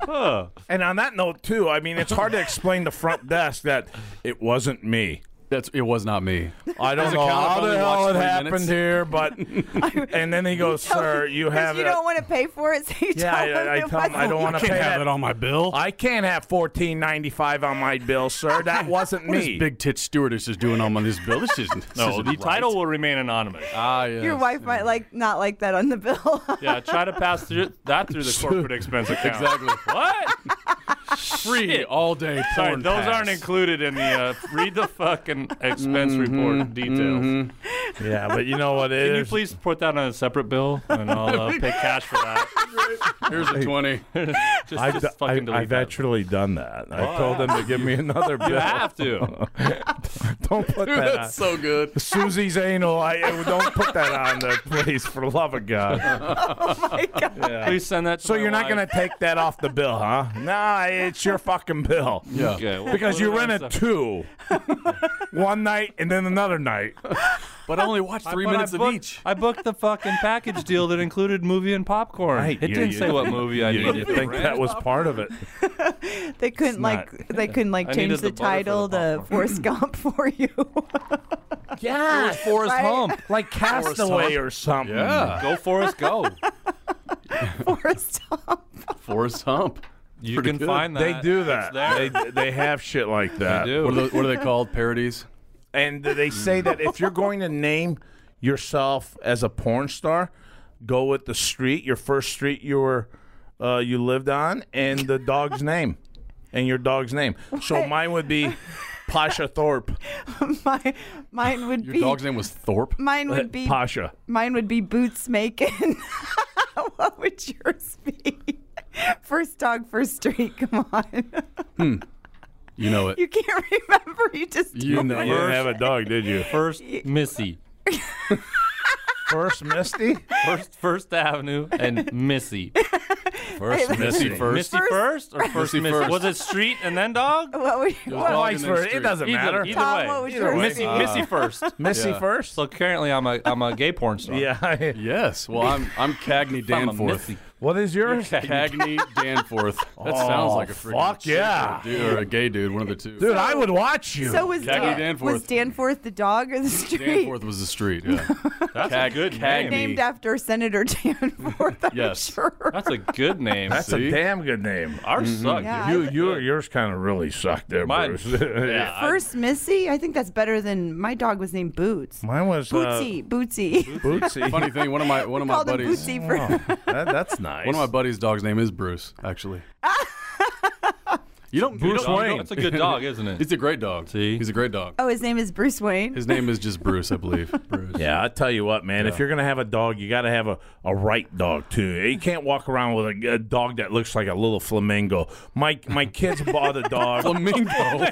Speaker 6: Huh.
Speaker 3: And on that note, too, I mean, it's hard to explain the front desk that it wasn't me.
Speaker 4: That's it. Was not me.
Speaker 3: I don't
Speaker 4: Does it
Speaker 3: know
Speaker 4: count if
Speaker 3: how
Speaker 4: I
Speaker 3: the
Speaker 4: only
Speaker 3: hell
Speaker 4: watched
Speaker 3: it
Speaker 4: three
Speaker 3: happened
Speaker 4: minutes?
Speaker 3: here, but and then he goes, "Sir, you have
Speaker 5: you
Speaker 3: it."
Speaker 5: don't want to pay for it, so you
Speaker 3: yeah,
Speaker 5: tell
Speaker 3: I,
Speaker 5: him
Speaker 3: I tell
Speaker 5: it
Speaker 3: him I
Speaker 5: wasn't
Speaker 3: don't
Speaker 5: you.
Speaker 3: want to
Speaker 4: Can't
Speaker 3: pay
Speaker 4: have
Speaker 3: that.
Speaker 4: it on my bill.
Speaker 3: I can't have fourteen ninety five on my bill, sir. That wasn't me.
Speaker 4: What this big tit stewardess is doing on my- this bill? This isn't. This
Speaker 6: No,
Speaker 4: isn't
Speaker 6: the
Speaker 4: right.
Speaker 6: title will remain anonymous.
Speaker 4: Ah, yes.
Speaker 5: Your wife might like not like that on the bill.
Speaker 6: Yeah, Uh, try to pass through that through the corporate expense account.
Speaker 4: Exactly.
Speaker 6: What?
Speaker 4: Free all day
Speaker 6: Sorry,
Speaker 4: porn
Speaker 6: those
Speaker 4: pass.
Speaker 6: aren't included in the uh, read the fucking expense
Speaker 3: Mm-hmm,
Speaker 6: report details.
Speaker 3: yeah, but you know what it
Speaker 6: Can you
Speaker 3: is.
Speaker 6: please put that on a separate bill and I'll uh, pay cash for that?
Speaker 4: Here's a twenty.
Speaker 6: Just,
Speaker 3: I've,
Speaker 6: just
Speaker 3: do-
Speaker 6: fucking
Speaker 3: I,
Speaker 6: delete
Speaker 3: have
Speaker 6: that.
Speaker 3: actually done that. I told them to give me another
Speaker 6: You
Speaker 3: bill.
Speaker 6: have to.
Speaker 3: Don't put
Speaker 4: Dude,
Speaker 3: that. on.
Speaker 4: that's so good.
Speaker 3: Susie's anal. I I- don't put that on there, please, for love of God.
Speaker 6: Please send that. To
Speaker 3: So
Speaker 6: my
Speaker 3: you're not
Speaker 6: wife.
Speaker 3: gonna take that off the bill, huh? Nah, it's your fucking bill.
Speaker 4: Yeah.
Speaker 6: Okay, well,
Speaker 3: Because
Speaker 6: put
Speaker 3: you
Speaker 6: it on
Speaker 3: rented
Speaker 6: se-
Speaker 3: two, one night and then another night.
Speaker 4: But I only watched three
Speaker 6: But
Speaker 4: minutes
Speaker 6: I
Speaker 4: of
Speaker 6: booked,
Speaker 4: each.
Speaker 6: I booked the fucking package deal that included movie and popcorn.
Speaker 3: Right,
Speaker 6: it
Speaker 3: you-
Speaker 6: didn't
Speaker 3: you-
Speaker 6: say what movie I
Speaker 3: You
Speaker 6: needed.
Speaker 3: didn't think that was part of it?
Speaker 5: they couldn't
Speaker 3: not-
Speaker 5: like they couldn't like
Speaker 6: I
Speaker 5: change
Speaker 6: needed
Speaker 5: the,
Speaker 6: the butter for
Speaker 5: title
Speaker 6: the
Speaker 5: to
Speaker 6: popcorn.
Speaker 5: Forrest Gump for you.
Speaker 3: Yeah,
Speaker 4: Forrest
Speaker 5: Right?
Speaker 4: Hump.
Speaker 3: like Castaway or something.
Speaker 4: Yeah.
Speaker 6: Go for us, go.
Speaker 5: Forrest Gump.
Speaker 4: Forrest Hump.
Speaker 6: You
Speaker 4: Pretty
Speaker 6: can
Speaker 4: good.
Speaker 6: find that.
Speaker 3: They do
Speaker 6: It's
Speaker 3: that.
Speaker 6: there.
Speaker 3: They they have shit like that.
Speaker 6: do.
Speaker 4: What are, the, what are they called? Parodies.
Speaker 3: And they say that if you're going to name yourself as a porn star, go with the street, your first street you were uh, you lived on, and the dog's name, and your dog's name. So mine would be Pasha Thorpe.
Speaker 5: My mine would
Speaker 4: Your
Speaker 5: be
Speaker 4: dog's name was Thorpe.
Speaker 5: mine
Speaker 3: Uh,
Speaker 5: would be
Speaker 3: Pasha.
Speaker 5: mine would be boots making. what would yours be? First dog, first street. Come on,
Speaker 4: You know it.
Speaker 5: you can't remember. You just
Speaker 4: You know
Speaker 3: You didn't
Speaker 4: it.
Speaker 3: have a dog, did you?
Speaker 6: First Missy.
Speaker 3: First Misty.
Speaker 6: First First Avenue and Missy.
Speaker 4: First Missy first.
Speaker 6: Missy first or first
Speaker 4: Missy
Speaker 6: Missy?
Speaker 4: first.
Speaker 6: Was it street and then dog?
Speaker 5: What would what,
Speaker 4: dog
Speaker 3: Vice
Speaker 4: and then
Speaker 3: versa. It
Speaker 4: street.
Speaker 3: doesn't
Speaker 6: Either-
Speaker 3: matter.
Speaker 6: either
Speaker 5: Tom,
Speaker 6: way.
Speaker 5: what would
Speaker 3: Either
Speaker 5: yours
Speaker 3: way.
Speaker 6: Missy
Speaker 5: be?
Speaker 6: Missy first.
Speaker 3: Missy
Speaker 4: Yeah.
Speaker 3: first.
Speaker 6: So currently I'm a I'm a gay porn star.
Speaker 3: Yeah.
Speaker 4: Yes. Well, I'm I'm Cagney
Speaker 6: I'm a
Speaker 4: Danforth.
Speaker 6: Missy.
Speaker 3: What is yours?
Speaker 4: Cagney Danforth. That sounds like a freaking
Speaker 3: fuck
Speaker 4: chick
Speaker 3: yeah.
Speaker 4: or a dude or a gay dude, one of the two.
Speaker 3: Dude, I would watch you.
Speaker 5: So was
Speaker 4: Cagney
Speaker 5: Dan,
Speaker 4: Danforth.
Speaker 5: was Danforth the dog or the street?
Speaker 4: Danforth was the street. Yeah.
Speaker 6: That's a
Speaker 4: Cag-
Speaker 6: good
Speaker 4: Cagney.
Speaker 6: name.
Speaker 5: Named after Senator Danforth. I'm
Speaker 4: Yes.
Speaker 5: sure.
Speaker 6: That's a good name.
Speaker 3: That's a
Speaker 4: See?
Speaker 3: damn good name.
Speaker 6: Ours suck.
Speaker 5: Yeah,
Speaker 6: dude.
Speaker 5: I-
Speaker 3: You, you, yours kind of really sucked there,
Speaker 6: Mine-
Speaker 3: Bruce. yeah.
Speaker 6: I-
Speaker 5: First Missy. I think that's better than my dog was named Boots.
Speaker 3: Mine
Speaker 6: uh,
Speaker 3: was
Speaker 5: Bootsy, Bootsy.
Speaker 3: Uh, Bootsy.
Speaker 4: Funny thing, one of my one of my
Speaker 5: Called him
Speaker 4: buddies.
Speaker 5: Bootsy for
Speaker 3: Oh, that, that's nice.
Speaker 4: One of my buddies' dog's name is Bruce, actually. you don't
Speaker 6: You
Speaker 4: Bruce
Speaker 6: don't- you don't- That's a good dog, isn't it?
Speaker 4: He's a great dog.
Speaker 6: See?
Speaker 4: He's a great dog.
Speaker 5: Oh, his name is Bruce Wayne.
Speaker 4: His name is just Bruce, I believe. Bruce.
Speaker 3: yeah, I tell you what, man. If you're gonna have a dog, you got to have a, a right dog too. You can't walk around with a, a dog that looks like a little flamingo. My my kids bought a dog.
Speaker 4: Flamingo.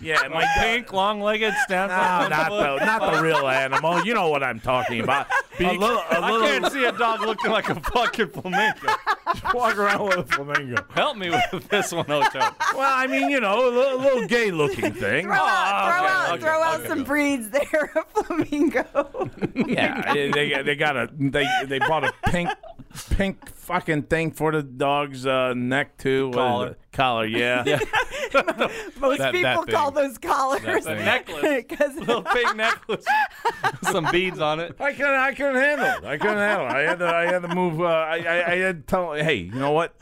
Speaker 3: yeah, my
Speaker 6: Pink, long-legged, stands
Speaker 3: No, not the not the real animal. You know what I'm talking about.
Speaker 6: beak.
Speaker 7: little- a little-
Speaker 6: I can't see a dog looking like a fucking flamingo.
Speaker 7: Walk around with a flamingo.
Speaker 6: Help me with this one, Ocho.
Speaker 7: Well, I mean, you know, a little, gay looking thing. Ah,
Speaker 5: Throw out, throw
Speaker 6: Ah, okay,
Speaker 5: out,
Speaker 6: okay,
Speaker 5: throw out
Speaker 6: okay.
Speaker 5: some breeds there of flamingo.
Speaker 3: Yeah, they, they, they got a they they bought a pink pink fucking thing for the dog's uh, neck too. What is
Speaker 6: Collar.
Speaker 3: it? collar, yeah.
Speaker 5: Most
Speaker 6: That- that
Speaker 5: people call
Speaker 6: thing.
Speaker 5: those collars
Speaker 6: The necklace.
Speaker 5: because
Speaker 6: Little pink necklace. Some beads on it.
Speaker 3: I couldn't. I couldn't handle it. I couldn't handle it. I had to. I had to move. Uh, I, I. I had to tell. Hey, you know what?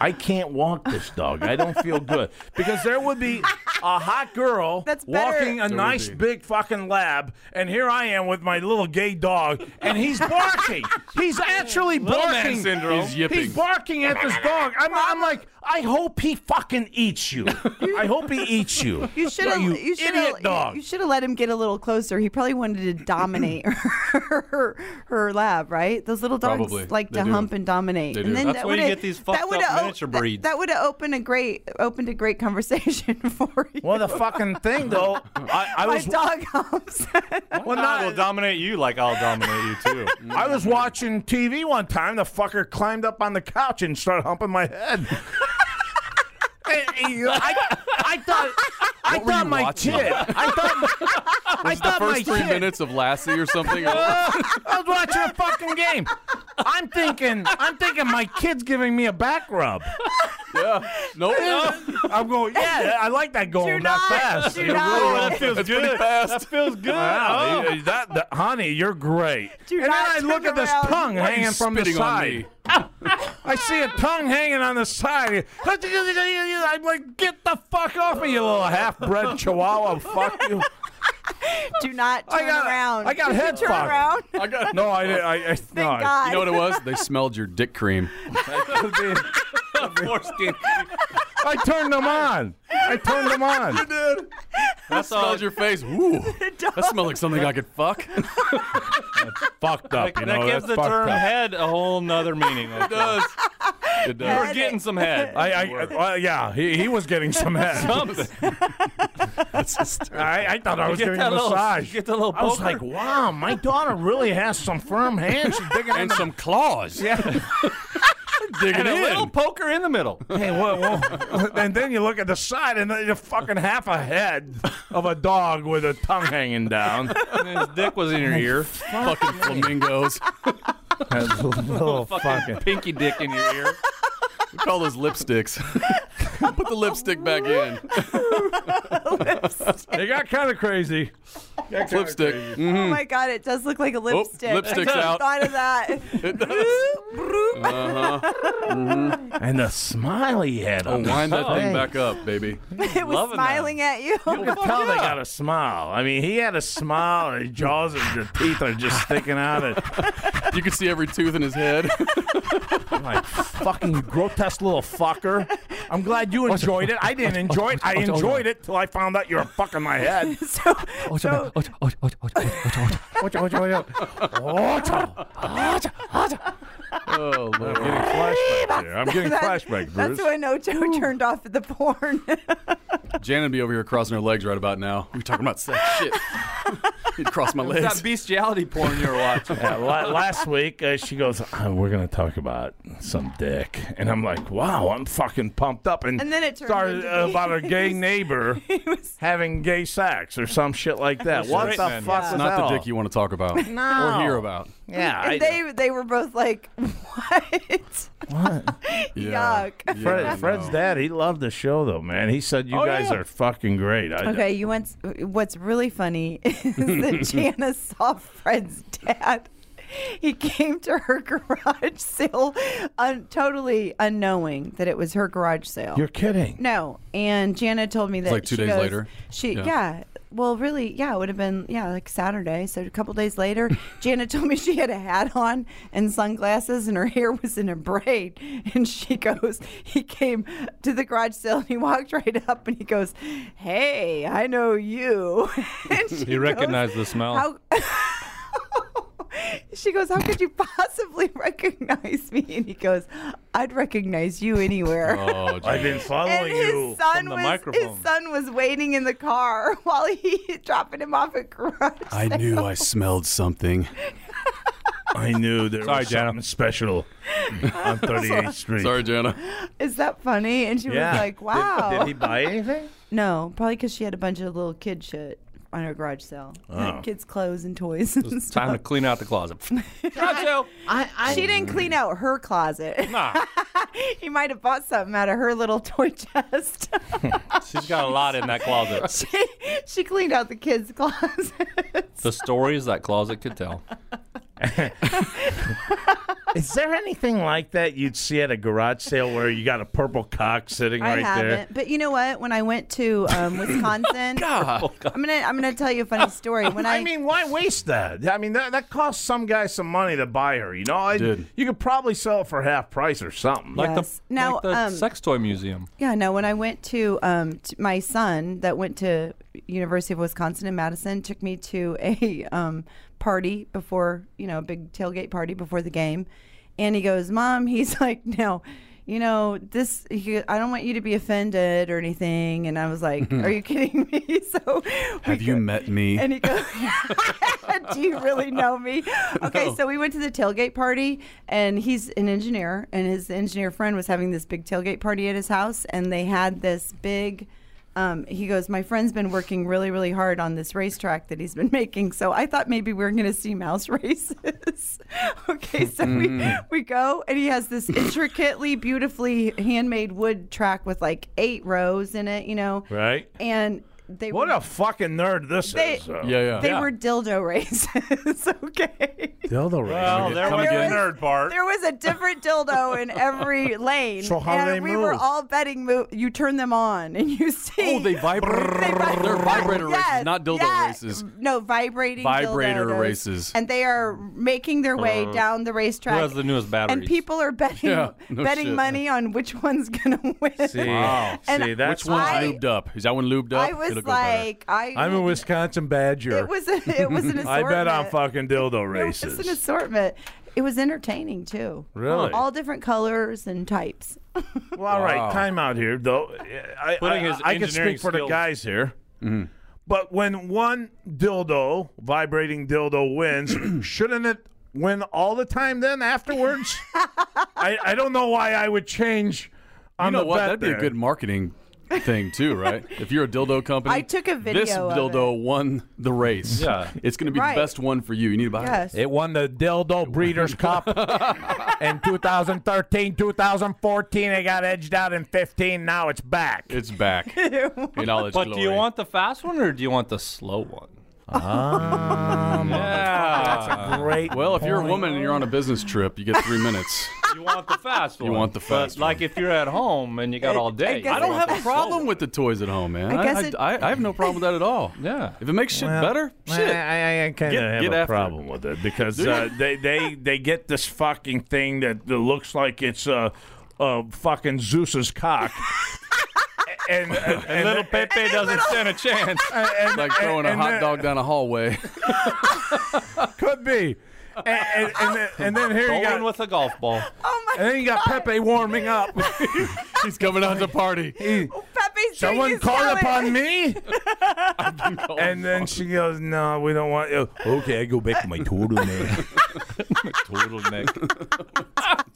Speaker 3: I can't walk this dog. I don't feel good because there would be a hot girl
Speaker 5: That's better.
Speaker 3: walking a
Speaker 6: would
Speaker 3: nice
Speaker 6: be.
Speaker 3: big fucking lab, and here I am with my little gay dog, and he's barking. he's actually
Speaker 6: Little man
Speaker 3: barking.
Speaker 6: syndrome. He's yipping.
Speaker 3: barking at this dog. I'm, I'm like, I hope he fucking eats you. I hope he eats you.
Speaker 5: you should have.
Speaker 3: you
Speaker 5: You, should
Speaker 3: idiot
Speaker 5: have.
Speaker 3: dog.
Speaker 5: You should have let him get a little closer. He probably wanted to dominate her, her lab, right? Those little dogs
Speaker 4: Probably.
Speaker 5: like
Speaker 4: They
Speaker 5: to
Speaker 4: do.
Speaker 5: hump and dominate.
Speaker 4: They do.
Speaker 5: And then
Speaker 6: That's
Speaker 5: that
Speaker 6: where you
Speaker 5: would've-
Speaker 6: get these
Speaker 5: that
Speaker 6: fucked up
Speaker 5: would've o-
Speaker 6: miniature
Speaker 5: that-
Speaker 6: breeds.
Speaker 5: That, would have opened a great opened a great conversation for you.
Speaker 3: Well, the fucking thing though, I, I
Speaker 5: My
Speaker 3: was
Speaker 5: dog humps.
Speaker 3: well,
Speaker 6: I
Speaker 3: not,
Speaker 6: will dominate you like I'll dominate you too.
Speaker 3: I was watching TV one time. The fucker climbed up on the couch and started humping my head. And he- I, I thought, I
Speaker 4: were
Speaker 3: thought
Speaker 4: you
Speaker 3: my
Speaker 4: watching?
Speaker 3: kid. I thought, I thought my
Speaker 4: First three
Speaker 3: kid.
Speaker 4: minutes of Lassie or something. or-
Speaker 3: Uh, I was watching a fucking game. I'm thinking, I'm thinking my kid's giving me a back rub.
Speaker 4: yeah. Nope.
Speaker 3: I'm going, yeah, I like that going that
Speaker 5: Do not-
Speaker 3: fast.
Speaker 5: do
Speaker 3: You're
Speaker 5: not.
Speaker 3: really-
Speaker 5: That
Speaker 3: feels
Speaker 4: That's pretty fast.
Speaker 3: feels good. Wow, you- that, that- honey, you're great.
Speaker 5: Do
Speaker 3: and then
Speaker 5: not
Speaker 3: I
Speaker 5: turn
Speaker 3: look at this
Speaker 5: around.
Speaker 3: tongue
Speaker 4: Why are you
Speaker 3: hanging from the
Speaker 4: spitting on
Speaker 3: side.
Speaker 4: me?
Speaker 3: I see a tongue hanging on the side. I'm like, get the fuck off me, you little half-bred chihuahua. Fuck you.
Speaker 5: Do not
Speaker 3: I
Speaker 5: turn
Speaker 3: got-
Speaker 5: around.
Speaker 3: I got
Speaker 5: Did you
Speaker 3: head
Speaker 5: turn
Speaker 3: fucked.
Speaker 5: around.
Speaker 4: I got.
Speaker 3: No, I didn't. I, I, no,
Speaker 5: Thank
Speaker 3: I-
Speaker 5: God.
Speaker 4: You know what it was? They smelled your dick cream.
Speaker 6: Foreskin.
Speaker 3: I turned them on. I turned them on.
Speaker 4: That smelled your face. Ooh. That smelled like something I could fuck.
Speaker 3: fucked up. you
Speaker 6: that
Speaker 3: know,
Speaker 6: gives
Speaker 3: that's
Speaker 6: the
Speaker 3: fucked
Speaker 6: term
Speaker 3: up.
Speaker 6: head a whole nother meaning. It does. It does. We're getting some head.
Speaker 3: I, I, well, yeah, he, he was getting some head. I, I thought I was
Speaker 6: Get
Speaker 3: getting a
Speaker 6: that little-
Speaker 3: massage.
Speaker 6: get that little
Speaker 3: I was
Speaker 6: poker.
Speaker 3: like, wow, my daughter really has some firm hands. She's digging in
Speaker 4: and
Speaker 3: the-
Speaker 4: some claws.
Speaker 3: yeah.
Speaker 6: and
Speaker 3: digging
Speaker 6: a little
Speaker 3: in.
Speaker 6: poker in the middle.
Speaker 3: Hey, whoa, whoa. and then you look at the side, and then you fucking half a head of a dog with a tongue hanging down.
Speaker 6: And his dick was in your ear.
Speaker 4: Fucking flamingos.
Speaker 3: That's a little Oh, fucking.
Speaker 6: Pinky dick in your ear.
Speaker 4: We call those lipsticks. Put the lipstick back in.
Speaker 3: It got kind of crazy.
Speaker 4: It's lipstick. Mm,
Speaker 5: Oh my god, it does look like a lipstick.
Speaker 4: lipstick's
Speaker 5: I just
Speaker 4: out.
Speaker 5: Thought of that.
Speaker 4: It does.
Speaker 5: Broop.
Speaker 4: Mm-hmm.
Speaker 3: And the smile he had
Speaker 6: Oh,
Speaker 3: on
Speaker 4: Wind that
Speaker 3: Hey.
Speaker 4: thing back up, baby.
Speaker 5: it was
Speaker 6: loving that.
Speaker 5: smiling at you.
Speaker 3: You can tell they got a smile. I mean, he had a smile, and his jaws and the teeth are just sticking out. And
Speaker 4: You can see every tooth in his head.
Speaker 3: like, fucking grotesque little fucker. I'm glad you enjoyed it. I didn't enjoy it. I enjoyed it till I found out you were fucking my head.
Speaker 5: so, so
Speaker 3: Watch out, watch out, watch out. Watch out.
Speaker 4: Oh, Lord.
Speaker 3: I'm getting flashbacks here. I'm getting
Speaker 5: that-
Speaker 3: flashbacks, Bruce.
Speaker 5: that's when Ocho turned off the porn.
Speaker 4: Janet be over here crossing her legs right about now. We're talking about sex. Shit. He'd cross my
Speaker 6: That
Speaker 4: legs.
Speaker 6: bestiality porn you were watching.
Speaker 3: Yeah, la- last week, uh, she goes, "Uh, "We're gonna talk about some dick," and I'm like, "Wow, I'm fucking pumped up." And,
Speaker 5: And then it turned
Speaker 3: started uh,
Speaker 5: into
Speaker 3: about her gay
Speaker 5: gays.
Speaker 3: neighbor having gay sex or some shit like that. What the
Speaker 6: straight men.
Speaker 3: fuck? was
Speaker 5: It's
Speaker 4: It's not
Speaker 3: that
Speaker 4: the
Speaker 3: all?
Speaker 4: dick you want to talk about
Speaker 3: No.
Speaker 4: or hear about.
Speaker 3: Yeah,
Speaker 5: and
Speaker 3: I-
Speaker 5: they they were both like, what?
Speaker 4: Yeah.
Speaker 5: Yuck.
Speaker 4: Yeah,
Speaker 3: Fred,
Speaker 4: I
Speaker 3: Fred's
Speaker 4: know.
Speaker 3: dad, he loved the show though, man. He said you
Speaker 6: Oh,
Speaker 3: guys
Speaker 6: yeah.
Speaker 3: are fucking great. I,
Speaker 5: Okay, you went. What's really funny is that Janice saw Fred's dad. He came to her garage sale, un- totally unknowing that it was her garage sale.
Speaker 3: You're kidding.
Speaker 5: No, and Jana told me that
Speaker 4: like two
Speaker 5: she
Speaker 4: days
Speaker 5: goes-
Speaker 4: later.
Speaker 5: She yeah.
Speaker 4: Yeah.
Speaker 5: Well, really, yeah, it would have been yeah, like Saturday. So a couple days later, Jana told me she had a hat on and sunglasses, and her hair was in a braid. And she goes, he came to the garage sale and he walked right up and he goes, "Hey, I know you." and she
Speaker 6: He recognized the smell.
Speaker 5: How, she goes, How could you possibly recognize me? And he goes, I'd recognize you anywhere.
Speaker 4: Oh,
Speaker 3: I've
Speaker 4: geez.
Speaker 3: been following
Speaker 5: And
Speaker 3: you.
Speaker 5: his son
Speaker 6: from the
Speaker 5: was
Speaker 6: microphone.
Speaker 5: his son was waiting in the car while he dropping him off at garage.
Speaker 4: I knew I smelled something.
Speaker 3: I knew there
Speaker 6: Sorry,
Speaker 3: was
Speaker 6: Jenna.
Speaker 3: something special on 38th Street.
Speaker 4: Sorry, Jana.
Speaker 5: Is that funny? And she
Speaker 3: Yeah.
Speaker 5: was like, wow.
Speaker 8: Did he buy anything?
Speaker 5: No, probably because she had a bunch of little kid shit on her garage sale. Like Kids' clothes and toys and
Speaker 6: It's
Speaker 5: stuff.
Speaker 6: time to clean out the closet. Nacho.
Speaker 5: she didn't clean out her closet.
Speaker 6: Nah,
Speaker 5: he might have bought something out of her little toy chest.
Speaker 6: she's got a lot in that closet.
Speaker 5: she, she cleaned out the kids' closets.
Speaker 6: The stories that closet could tell.
Speaker 3: Is there anything like that you'd see at a garage sale where you got a purple cock sitting
Speaker 5: I
Speaker 3: right
Speaker 5: haven't,
Speaker 3: there?
Speaker 5: but you know what? When I went to um, Wisconsin, I'm gonna I'm gonna tell you a funny story. When I,
Speaker 3: I mean, why waste that? I mean, that, that costs some guy some money to buy her. You know, I,
Speaker 4: Did.
Speaker 3: you could probably sell it for half price or something.
Speaker 6: Like
Speaker 5: Yes.
Speaker 6: the,
Speaker 5: Now,
Speaker 6: like the
Speaker 5: um,
Speaker 6: sex toy museum.
Speaker 5: Yeah, no. When I went to, um, t my son that went to University of Wisconsin in Madison took me to a um, party before, you know, a big tailgate party before the game, and he goes, "Mom," he's like, "No." You know this. He, I don't want you to be offended or anything. And I was like, "Are you kidding me?" So,
Speaker 4: Have you met me?
Speaker 5: and he goes, "Do you really know me?" Okay, so we went to the tailgate party, and he's an engineer, and his engineer friend was having this big tailgate party at his house, and they had this big. Um, he goes, my friend's been working really, really hard on this racetrack that he's been making. So I thought maybe we were going to see mouse races. okay, so we, we go, and he has this intricately, beautifully handmade wood track with like eight rows in it, you know.
Speaker 3: right?
Speaker 5: And they
Speaker 3: What
Speaker 5: were-
Speaker 3: a fucking nerd this
Speaker 5: They-
Speaker 3: is. uh,
Speaker 4: yeah,
Speaker 5: they
Speaker 4: yeah.
Speaker 5: were dildo races, okay?
Speaker 3: Dildo ring.
Speaker 6: Well, there
Speaker 5: Come
Speaker 6: was
Speaker 5: again.
Speaker 6: the nerd part.
Speaker 5: There was a different dildo in every lane.
Speaker 3: So how
Speaker 5: and
Speaker 3: do they
Speaker 5: we were
Speaker 3: move?
Speaker 5: all betting mo- you turn them on and you see
Speaker 4: Oh, they vibrate. They're vibrator races, not dildo
Speaker 5: yes.
Speaker 4: races.
Speaker 5: No, vibrating
Speaker 4: Vibrator
Speaker 5: dildos.
Speaker 4: races.
Speaker 5: And they are making their way down the racetrack.
Speaker 6: Who has the newest batteries?
Speaker 5: and people are betting
Speaker 4: Yeah, no
Speaker 5: betting
Speaker 4: shit.
Speaker 5: money on which one's gonna win.
Speaker 3: See,
Speaker 5: And
Speaker 3: see, that's
Speaker 4: Which one's
Speaker 5: I-
Speaker 4: lubed up? Is that one lubed up?
Speaker 5: I was
Speaker 4: It'll go better.
Speaker 5: like, I
Speaker 3: I'm a Wisconsin Badger.
Speaker 5: It was a, it was an assortment.
Speaker 3: I bet on fucking dildo
Speaker 5: It was an
Speaker 3: races.
Speaker 5: assortment. It was entertaining too.
Speaker 3: Really?
Speaker 5: All different colors and types.
Speaker 3: Well, all right,
Speaker 4: Wow.
Speaker 3: time out here, though. I,
Speaker 6: Putting
Speaker 3: I,
Speaker 6: his
Speaker 3: I can
Speaker 6: engineering
Speaker 3: speak for the
Speaker 6: skills-
Speaker 3: guys here. Mm-hmm. But when one dildo, vibrating dildo, wins, shouldn't it win all the time then afterwards? I, I don't know why I would change on
Speaker 4: You know
Speaker 3: the
Speaker 4: what?
Speaker 3: bet
Speaker 4: That'd be a
Speaker 3: there.
Speaker 4: good marketing thing too, right? if you're a dildo company,
Speaker 5: I took a
Speaker 4: This
Speaker 5: video of
Speaker 4: dildo won the race.
Speaker 6: Yeah.
Speaker 4: it's going to be
Speaker 5: Right.
Speaker 4: the best one for you. You need to buy it.
Speaker 5: Yes.
Speaker 3: It won the Dildo Breeders' Cup in 2013, 2014. It got edged out in 15. Now it's back.
Speaker 4: It's back in all its
Speaker 6: But do
Speaker 4: glory.
Speaker 6: you want the fast one or do you want the slow one? yeah.
Speaker 3: Great.
Speaker 4: Well, if you're a
Speaker 3: point.
Speaker 4: woman and you're on a business trip, you get three minutes.
Speaker 5: Oh.
Speaker 6: You want the fast one.
Speaker 4: want the fast
Speaker 6: but, Like if you're at home and you got all day.
Speaker 5: guess
Speaker 4: I don't have a problem with
Speaker 6: with
Speaker 4: the toys at home, man.
Speaker 5: I
Speaker 4: I,
Speaker 5: guess
Speaker 4: I,
Speaker 5: it-
Speaker 4: I, I have no problem with that at all.
Speaker 6: Yeah.
Speaker 4: If it makes shit better,
Speaker 3: Well,
Speaker 4: shit.
Speaker 3: I, I, I kind of
Speaker 4: Get-
Speaker 3: have
Speaker 4: get
Speaker 3: a
Speaker 4: after it.
Speaker 3: problem with it because uh, they, they they get this fucking thing that, that looks like it's uh, uh, fucking Zeus's cock. And, and, and,
Speaker 6: little Pepe doesn't stand a chance.
Speaker 4: It's like throwing a
Speaker 3: and
Speaker 4: hot
Speaker 3: then-
Speaker 4: dog down a hallway.
Speaker 3: could be. And, and, and, then, and then here you
Speaker 6: Bowling
Speaker 3: got,
Speaker 6: with a golf ball.
Speaker 5: Oh
Speaker 3: and
Speaker 5: my!
Speaker 3: then you got Pepe warming up.
Speaker 4: He's coming out to party.
Speaker 5: Pepe's
Speaker 3: Someone
Speaker 5: doing his
Speaker 3: called
Speaker 5: salad.
Speaker 3: upon me, and then she goes, "No, we don't want you." Okay, I go back to my total neck.
Speaker 6: Total neck.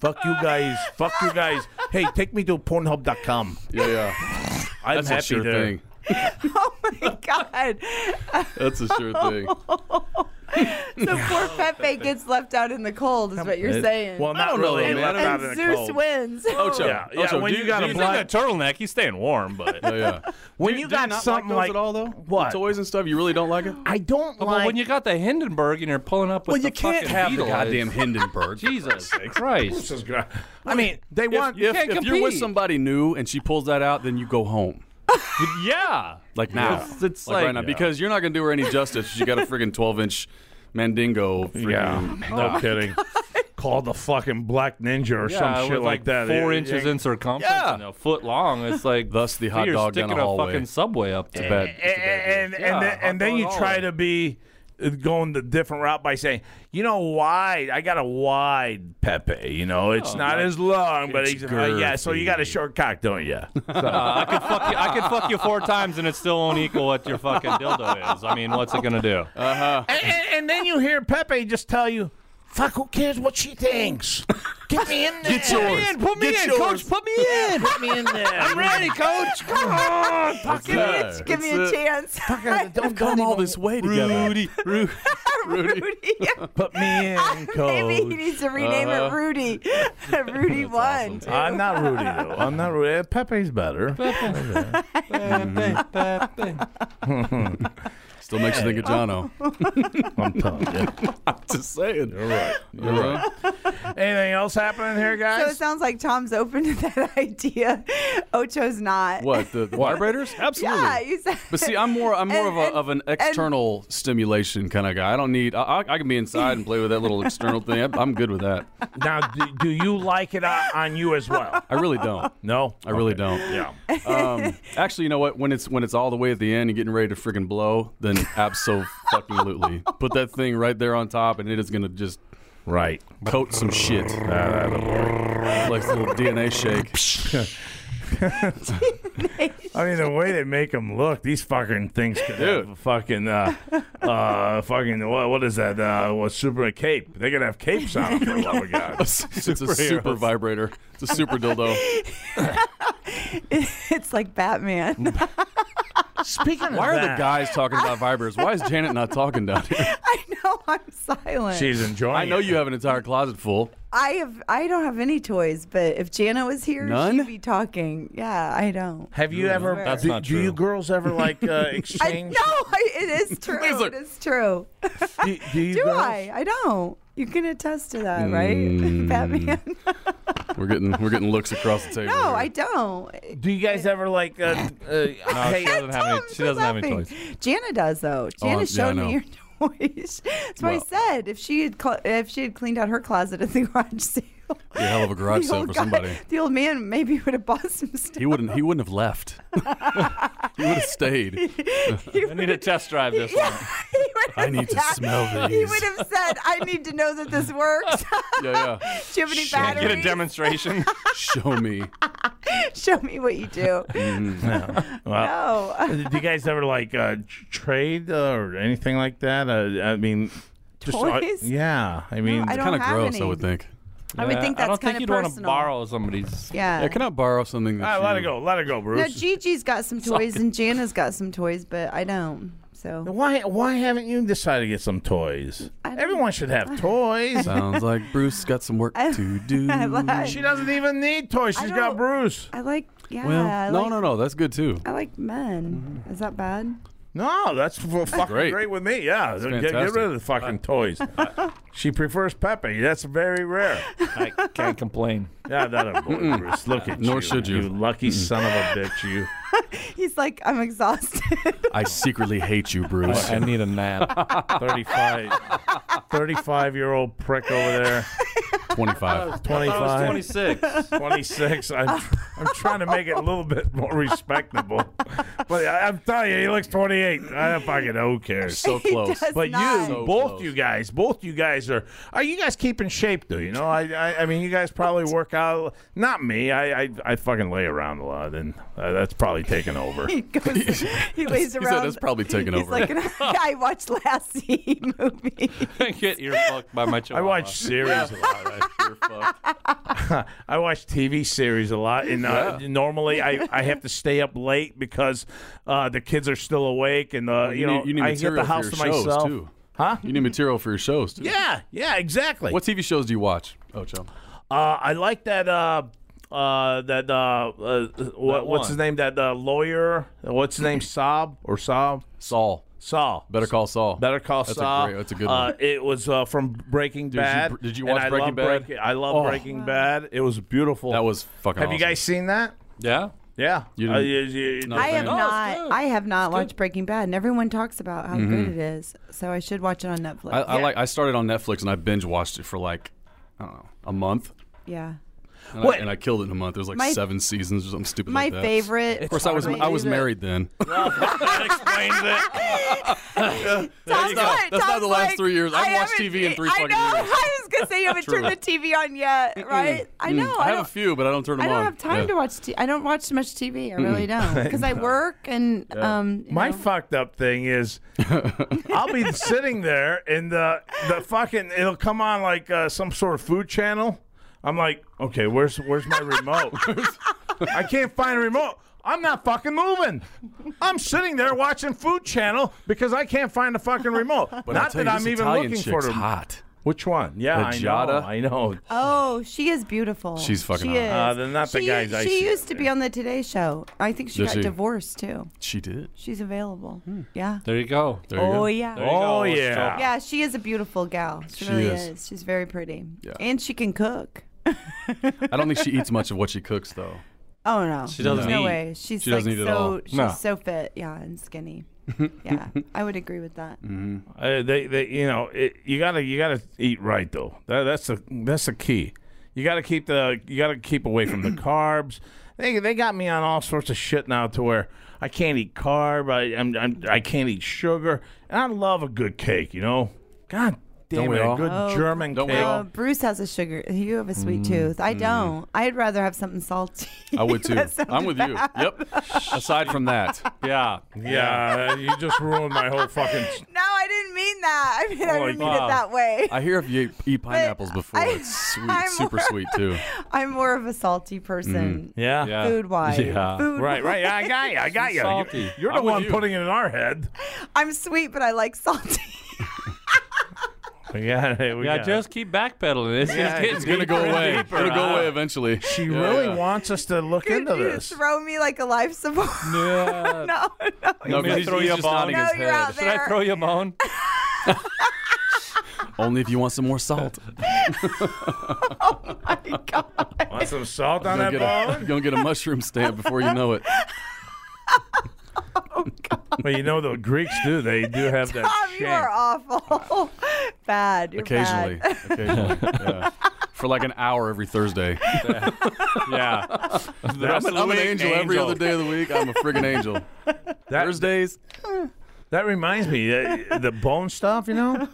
Speaker 3: Fuck you guys. Fuck you guys. Hey, take me to Pornhub.com.
Speaker 4: Yeah, yeah.
Speaker 3: I'm
Speaker 4: That's
Speaker 3: happy
Speaker 4: a sure
Speaker 3: there.
Speaker 4: thing.
Speaker 5: Oh my God!
Speaker 4: That's a sure thing.
Speaker 5: So poor Pepe gets left out in the cold, is what you're saying.
Speaker 3: Well, not
Speaker 4: don't know,
Speaker 3: really.
Speaker 4: though, man.
Speaker 3: left out in
Speaker 5: and
Speaker 3: the
Speaker 5: Zeus
Speaker 3: cold.
Speaker 5: wins.
Speaker 4: Ocho,
Speaker 3: Yeah, yeah,
Speaker 4: Ocho,
Speaker 3: when
Speaker 4: do
Speaker 3: you got a
Speaker 4: do
Speaker 6: He's
Speaker 3: black-
Speaker 6: in a turtleneck. He's staying warm, but
Speaker 4: Yeah, yeah.
Speaker 3: When
Speaker 4: Do-
Speaker 3: you
Speaker 4: do
Speaker 3: got
Speaker 4: not
Speaker 3: something
Speaker 4: those
Speaker 3: like
Speaker 4: at all though,
Speaker 3: What?
Speaker 4: The toys and stuff. You really don't like it?
Speaker 3: I don't
Speaker 6: Well,
Speaker 3: like.
Speaker 6: when you got the Hindenburg and you're pulling up with
Speaker 4: Well,
Speaker 6: the
Speaker 4: you can't
Speaker 6: fucking
Speaker 4: have
Speaker 6: beetle,
Speaker 4: the goddamn Hindenburg.
Speaker 6: Jesus Christ.
Speaker 3: Jesus Christ. I mean, they
Speaker 4: If,
Speaker 3: want.
Speaker 4: if,
Speaker 6: can't
Speaker 4: if you're with
Speaker 6: compete.
Speaker 4: somebody new and she pulls that out, then you go home.
Speaker 6: yeah.
Speaker 4: Like now.
Speaker 6: It's, it's
Speaker 4: like,
Speaker 6: like,
Speaker 4: right now, because you're not gonna do her any justice. You got a friggin' 12 inch Mandingo. Freaking,
Speaker 3: yeah, no kidding. Call the fucking Black Ninja or
Speaker 6: yeah,
Speaker 3: some
Speaker 6: with
Speaker 3: shit like, that.
Speaker 6: Four
Speaker 3: It-
Speaker 6: inches
Speaker 3: it-
Speaker 6: in circumference
Speaker 4: Yeah.
Speaker 6: and a foot long. It's like
Speaker 4: Thus the hot
Speaker 6: you're
Speaker 4: dog down
Speaker 6: sticking
Speaker 4: the
Speaker 6: a
Speaker 4: hallway.
Speaker 6: fucking subway up to
Speaker 4: bad-
Speaker 6: bed.
Speaker 4: it's a
Speaker 6: eh,
Speaker 4: bad
Speaker 3: and and,
Speaker 6: Yeah,
Speaker 3: and, then,
Speaker 6: hot
Speaker 3: and then
Speaker 6: dog
Speaker 3: you
Speaker 6: all
Speaker 3: try
Speaker 6: the
Speaker 3: to be uh, going the different route by saying, you know, wide. I got a wide Pepe. You know, it's not as long, but
Speaker 4: it's
Speaker 3: he's uh, yeah. So you got a
Speaker 4: girthy.
Speaker 3: short cock, don't you?
Speaker 6: I could fuck you. I could fuck you four times, and it still won't equal what your
Speaker 3: Uh,
Speaker 6: fucking dildo is. I mean, what's it gonna do?
Speaker 3: and, and, and then you hear Pepe just tell you, Fuck, who cares what she thinks? Get me in there. Get
Speaker 6: yours. in, put me Get in, yours. coach,
Speaker 3: Put me in. Put me in there. I'm ready, coach. Come on. Fuck
Speaker 5: Give me a, give me a chance.
Speaker 3: uh, Don't come all this way together.
Speaker 6: Rudy, Rudy.
Speaker 5: Rudy.
Speaker 3: Put me in,
Speaker 5: Maybe he
Speaker 3: coach.
Speaker 5: needs to rename
Speaker 3: Uh-huh.
Speaker 5: it Rudy. Rudy one.
Speaker 3: I'm not Rudy though. I'm not Rudy. Pepe's better.
Speaker 4: Still makes you think of Jono.
Speaker 3: I'm telling you.
Speaker 4: Just saying. Uh-huh. You're right. You're right.
Speaker 3: Anything else happening here,
Speaker 5: So it
Speaker 3: guys?
Speaker 5: sounds like Tom's open to that idea. Ocho's not.
Speaker 4: What the, the vibrators? Absolutely.
Speaker 5: Yeah, you said.
Speaker 4: But see, I'm more I'm
Speaker 5: And-
Speaker 4: more of, a,
Speaker 5: and-
Speaker 4: of an external stimulation kind of guy. I don't need. I, I, I can be inside and play with that little external thing. I, I'm good with that.
Speaker 3: now, do, do you like it on, on you as well?
Speaker 4: I really don't.
Speaker 3: No,
Speaker 4: I really don't.
Speaker 3: Yeah.
Speaker 4: Um, actually, you know what? When it's when it's all the way at the end and getting ready to freaking blow, then absolutely put that thing right there on top, and it is gonna just
Speaker 3: Right.
Speaker 4: coat some shit. like a little DNA shake.
Speaker 3: I mean, the way they make them look, these fucking things could
Speaker 4: Dude.
Speaker 3: have fucking, uh, uh, fucking, what, what is that? Uh, what, super cape? They could have capes on them, for the love of God.
Speaker 4: It's a super vibrator. It's a super dildo.
Speaker 5: It's like Batman.
Speaker 3: Speaking
Speaker 4: Why
Speaker 3: of
Speaker 4: are the
Speaker 3: that,
Speaker 4: guys talking about vibrators? Why is Janet not talking down here?
Speaker 5: I know I'm silent.
Speaker 3: she's enjoying
Speaker 4: I know
Speaker 3: it.
Speaker 4: you have an entire closet full.
Speaker 5: I have. I don't have any toys. But if Jana was here,
Speaker 4: None?
Speaker 5: she'd be talking. Yeah, I don't.
Speaker 3: Have you ever,
Speaker 5: That's
Speaker 3: do,
Speaker 6: not
Speaker 3: do you
Speaker 6: true.
Speaker 3: girls ever, like, uh,
Speaker 5: I, no,
Speaker 3: exchange?
Speaker 5: I, it is true.
Speaker 4: He's like-
Speaker 5: it is true.
Speaker 3: Do, do you
Speaker 5: Do
Speaker 3: girls-
Speaker 5: I? I don't. You can attest to that, right, Batman?
Speaker 4: We're getting we're getting looks across the table.
Speaker 5: No,
Speaker 4: here.
Speaker 5: I don't.
Speaker 3: Do you guys ever, like, uh, uh,
Speaker 6: she
Speaker 3: hey,
Speaker 6: doesn't have any.
Speaker 5: Tom's
Speaker 6: She doesn't have any
Speaker 5: laughing.
Speaker 6: toys.
Speaker 5: Jana does though.
Speaker 4: Oh,
Speaker 5: Jana
Speaker 4: yeah, I
Speaker 5: showed
Speaker 4: know.
Speaker 5: me your toys. That's why
Speaker 4: Well-
Speaker 5: I said if she had cl- if she had cleaned out her closet at the garage sale.
Speaker 4: Be a hell of a garage
Speaker 5: the
Speaker 4: sale
Speaker 5: old
Speaker 4: for
Speaker 5: guy-
Speaker 4: somebody.
Speaker 5: The old man maybe would have bought some stuff.
Speaker 4: He wouldn't. He wouldn't have left. he would have stayed.
Speaker 5: He
Speaker 6: I
Speaker 5: would-
Speaker 6: need to test drive this
Speaker 5: yeah,
Speaker 6: one.
Speaker 5: he would
Speaker 4: I
Speaker 5: have-
Speaker 4: need to
Speaker 5: yeah.
Speaker 4: smell
Speaker 5: He
Speaker 4: these.
Speaker 5: would have said, "I need to know that this works."
Speaker 4: Yeah, yeah.
Speaker 5: Do you have any
Speaker 6: Can't
Speaker 5: batteries?
Speaker 6: Get a demonstration.
Speaker 4: Show me.
Speaker 5: Show me what you do.
Speaker 4: Mm,
Speaker 5: no. uh,
Speaker 3: do you guys ever, like, uh, tr- trade uh, or anything like that? Uh, I mean, just, uh,
Speaker 5: Toys?
Speaker 3: yeah. I mean,
Speaker 5: I don't
Speaker 4: Kind of
Speaker 5: have
Speaker 4: gross,
Speaker 5: any.
Speaker 4: I would think.
Speaker 5: I would think
Speaker 6: I
Speaker 5: that's
Speaker 6: don't
Speaker 5: kind
Speaker 6: think
Speaker 5: of
Speaker 6: you'd want to
Speaker 5: personal.
Speaker 6: borrow somebody's.
Speaker 5: Yeah.
Speaker 4: Yeah, can I borrow something? That
Speaker 3: All right,
Speaker 4: you,
Speaker 3: let it go. Let it go, Bruce.
Speaker 5: Now Gigi's got some toys and Jana's got some toys, but I don't. So
Speaker 3: Why why haven't you decided to get some toys?
Speaker 5: I don't-
Speaker 3: Everyone should have toys. Uh,
Speaker 4: Sounds like Bruce got some work to do.
Speaker 5: I like,
Speaker 3: she doesn't even need toys.
Speaker 5: I
Speaker 3: She's got
Speaker 5: don't-
Speaker 3: Bruce.
Speaker 5: I like yeah.
Speaker 4: Well,
Speaker 5: I
Speaker 4: no,
Speaker 5: like,
Speaker 4: no, Mm-hmm. no. That's good too.
Speaker 5: I like men. Is that bad?
Speaker 3: No, that's f- fucking great.
Speaker 4: great.
Speaker 3: with me. Yeah, get, get
Speaker 4: fantastic.
Speaker 3: rid of the fucking toys. she prefers Pepe. That's very rare.
Speaker 6: I can't complain.
Speaker 3: Yeah, that boy, Bruce. Look at you.
Speaker 4: Nor should you.
Speaker 3: You lucky son of a bitch. You.
Speaker 5: He's like, I'm exhausted.
Speaker 4: I secretly hate you, Bruce.
Speaker 6: I need a nap.
Speaker 3: 35, 35 year old prick over there.
Speaker 4: Twenty-five.
Speaker 3: 25,
Speaker 6: Twenty-six.
Speaker 3: 26. I'm, I'm trying to make it a little bit more respectable. But I, I'm telling you, he looks 28. I don't fucking know. Who cares?
Speaker 4: So close.
Speaker 5: does
Speaker 3: But you,
Speaker 5: not.
Speaker 4: So
Speaker 3: both
Speaker 4: close.
Speaker 3: you guys, both you guys are. Are you guys keeping shape? though? you know? I, I, I mean, you guys probably work out. Not me. I, I, I fucking lay around a lot, and uh, that's probably taken over.
Speaker 5: He goes. He lays
Speaker 4: said
Speaker 5: around.
Speaker 4: that's probably taken
Speaker 5: he's
Speaker 4: over.
Speaker 5: Like, "And I watched Lassie movie.
Speaker 6: Get ear fucked by my
Speaker 3: I
Speaker 6: chihuahua.
Speaker 3: watch series. I watch TV series a lot, and uh, normally I, I have to stay up late because uh, the kids are still awake, and uh, you,
Speaker 4: you
Speaker 3: know
Speaker 4: need- you need
Speaker 3: I get the
Speaker 4: material for
Speaker 3: house
Speaker 4: your
Speaker 3: to
Speaker 4: shows,
Speaker 3: myself.
Speaker 4: too.
Speaker 3: Huh?
Speaker 4: You need material for your shows too.
Speaker 3: Yeah, yeah, exactly.
Speaker 4: What TV shows do you watch? Oh, Joe.
Speaker 3: Uh, I like that. Uh, uh, that uh, uh, what, what's his name? That uh, lawyer. What's his name? Saab or Saab?
Speaker 4: Saul.
Speaker 3: Saul.
Speaker 4: Better Call Saul.
Speaker 3: Better call
Speaker 4: that's
Speaker 3: Saul.
Speaker 4: A great, that's a good
Speaker 3: uh,
Speaker 4: one.
Speaker 3: It was uh, from Breaking
Speaker 4: you-
Speaker 3: Bad.
Speaker 4: did you
Speaker 3: and
Speaker 4: watch
Speaker 3: I
Speaker 4: Breaking
Speaker 3: love
Speaker 4: Bad?
Speaker 3: Breaking- I love
Speaker 4: Oh.
Speaker 3: Breaking Bad. It was beautiful.
Speaker 4: That was fucking.
Speaker 3: Have you guys
Speaker 4: awesome.
Speaker 3: seen that?
Speaker 6: Yeah.
Speaker 3: Yeah.
Speaker 4: You
Speaker 3: Uh,
Speaker 4: didn't-
Speaker 3: you- you-
Speaker 4: No.
Speaker 5: I have
Speaker 4: Oh, it's
Speaker 5: not.
Speaker 6: good.
Speaker 5: I have not watched Breaking Bad, and everyone talks about how good it is. So I should watch it on Netflix.
Speaker 4: Mm-hmm. I, I like. I started on Netflix and I binge watched it for like I don't know a month,
Speaker 5: yeah.
Speaker 4: and,
Speaker 3: What?
Speaker 4: I, and I killed it in a month. There's like
Speaker 5: My-
Speaker 4: seven seasons or something stupid.
Speaker 5: My
Speaker 4: like that.
Speaker 5: favorite.
Speaker 4: Of course, I was
Speaker 5: my
Speaker 4: I was
Speaker 5: favorite-
Speaker 4: married then.
Speaker 6: That explains it.
Speaker 5: Tom's
Speaker 4: go.
Speaker 5: like-
Speaker 4: That's not
Speaker 5: Tom's
Speaker 4: the last
Speaker 5: like,
Speaker 4: three years. I haven't watched
Speaker 5: haven't-
Speaker 4: TV in three
Speaker 5: I
Speaker 4: fucking
Speaker 5: know.
Speaker 4: years.
Speaker 5: I was because they haven't turned the TV on yet, right?
Speaker 3: Mm.
Speaker 5: I know.
Speaker 4: Mm. I
Speaker 5: I
Speaker 4: have a
Speaker 5: don't.
Speaker 4: few, but I don't turn them
Speaker 5: I
Speaker 4: on.
Speaker 5: don't have time
Speaker 4: Yeah.
Speaker 5: to watch. T- I don't watch much TV. I really don't because I work and um. you
Speaker 3: My
Speaker 5: know.
Speaker 3: fucked up thing is, I'll be sitting there and the the fucking it'll come on like uh, some sort of food channel. I'm like, okay, where's where's my remote? I can't find a remote. I'm not fucking moving. I'm sitting there watching Food Channel because I can't find a fucking remote.
Speaker 4: But I'll
Speaker 3: not
Speaker 4: tell
Speaker 3: that
Speaker 4: you, this
Speaker 3: I'm even
Speaker 4: Italian
Speaker 3: looking for
Speaker 4: chick's
Speaker 3: them.
Speaker 4: hot.
Speaker 3: Which one? Yeah, I know.
Speaker 4: Giada?
Speaker 3: I know.
Speaker 5: Oh, she is beautiful.
Speaker 4: She's fucking
Speaker 5: she
Speaker 4: hot.
Speaker 5: Is.
Speaker 6: Ah,
Speaker 3: Uh, then not the
Speaker 5: she,
Speaker 3: guys I
Speaker 5: She
Speaker 3: see
Speaker 5: used
Speaker 3: out
Speaker 5: to be on the Today Show. I think she
Speaker 4: Did
Speaker 5: got
Speaker 4: she?
Speaker 5: divorced too.
Speaker 4: She did.
Speaker 5: She's available. Yeah.
Speaker 6: There you go. Hmm. There
Speaker 5: Oh yeah.
Speaker 6: you go.
Speaker 3: Oh,
Speaker 6: Let's
Speaker 3: yeah.
Speaker 6: talk.
Speaker 5: Yeah, she is a beautiful gal. She,
Speaker 4: She
Speaker 5: really
Speaker 4: is.
Speaker 5: is. She's very pretty.
Speaker 4: Yeah.
Speaker 5: And she can cook.
Speaker 4: I don't think she eats much of what she cooks, though.
Speaker 5: Oh no.
Speaker 6: She doesn't
Speaker 5: There's no
Speaker 6: eat.
Speaker 5: way. She's
Speaker 4: She
Speaker 5: like
Speaker 4: doesn't eat
Speaker 5: so
Speaker 4: at all.
Speaker 5: she's
Speaker 6: No.
Speaker 5: so fit, yeah, and skinny. yeah. I would agree with that.
Speaker 4: Mm.
Speaker 3: Uh, they, they, you know, it, you gotta, you gotta eat right though. That, that's the, that's the key. You gotta keep the, you gotta keep away from the carbs. They, they got me on all sorts of shit now to where I can't eat carb. I, I'm, I'm, I can't eat sugar. And I love a good cake. You know, God damn
Speaker 4: Don't we
Speaker 3: it, a
Speaker 4: all?
Speaker 3: good
Speaker 5: Oh,
Speaker 3: German
Speaker 4: don't we
Speaker 3: cake.
Speaker 4: all?
Speaker 5: Uh, Bruce has a sugar. You have a sweet tooth. I don't. I'd rather have something salty.
Speaker 4: Mm-hmm. I would too.
Speaker 5: That sounded
Speaker 4: I'm with you.
Speaker 5: bad.
Speaker 4: Yep. Aside from that,
Speaker 6: Yeah.
Speaker 3: Yeah, you just ruined my whole fucking.
Speaker 5: No, I didn't mean that. I mean, I
Speaker 3: Oh,
Speaker 5: didn't mean
Speaker 6: wow.
Speaker 5: it that way.
Speaker 4: I hear if you eat, eat pineapples before,
Speaker 5: I-
Speaker 4: it's sweet,
Speaker 5: I'm
Speaker 4: super
Speaker 5: more-
Speaker 4: sweet too.
Speaker 5: I'm more of a salty person.
Speaker 3: Yeah.
Speaker 6: Yeah.
Speaker 5: Food wise.
Speaker 6: Yeah.
Speaker 5: Food
Speaker 3: Right, right. Yeah, I got you. I got you.
Speaker 6: Salty.
Speaker 3: You're, you're the
Speaker 4: I'm with
Speaker 3: one
Speaker 4: you.
Speaker 3: putting it in our head.
Speaker 5: I'm sweet, but I like salty.
Speaker 3: Yeah, we
Speaker 6: Yeah,
Speaker 3: got it.
Speaker 6: just keep backpedaling. It's,
Speaker 3: Yeah,
Speaker 6: it's,
Speaker 3: it's
Speaker 6: getting
Speaker 4: Gonna go
Speaker 6: deeper
Speaker 4: away.
Speaker 6: and
Speaker 4: It's
Speaker 6: deeper.
Speaker 4: Gonna go
Speaker 6: Uh,
Speaker 4: away eventually.
Speaker 3: She really wants us to look into
Speaker 5: Could you
Speaker 3: this.
Speaker 5: throw me like a life support?
Speaker 6: Yeah.
Speaker 5: no, no.
Speaker 4: No, 'cause
Speaker 6: me
Speaker 4: he's,
Speaker 6: throw
Speaker 4: he's
Speaker 6: you a
Speaker 4: just
Speaker 6: bone?
Speaker 4: nodding
Speaker 5: No,
Speaker 4: his
Speaker 5: you're out
Speaker 4: head.
Speaker 5: there.
Speaker 6: Should I throw you a bone?
Speaker 4: Only if you want some more salt.
Speaker 5: My God.
Speaker 3: Want some salt on
Speaker 4: You're
Speaker 3: that
Speaker 4: gonna, get a,
Speaker 3: bone?
Speaker 4: you're gonna get a mushroom stamp before you know it.
Speaker 3: Well, you know the Greeks do. They do have that.
Speaker 5: Tom, you
Speaker 3: shank.
Speaker 5: are awful. bad. You're
Speaker 4: Occasionally,
Speaker 5: Bad.
Speaker 4: occasionally, yeah. for like an hour every Thursday.
Speaker 6: yeah.
Speaker 3: That's
Speaker 4: I'm, an, I'm an
Speaker 3: the
Speaker 4: angel, every
Speaker 3: angel.
Speaker 4: other day of the week. I'm a friggin' angel.
Speaker 3: That,
Speaker 4: Thursdays,
Speaker 3: That reminds me, uh, the bone stuff. You know,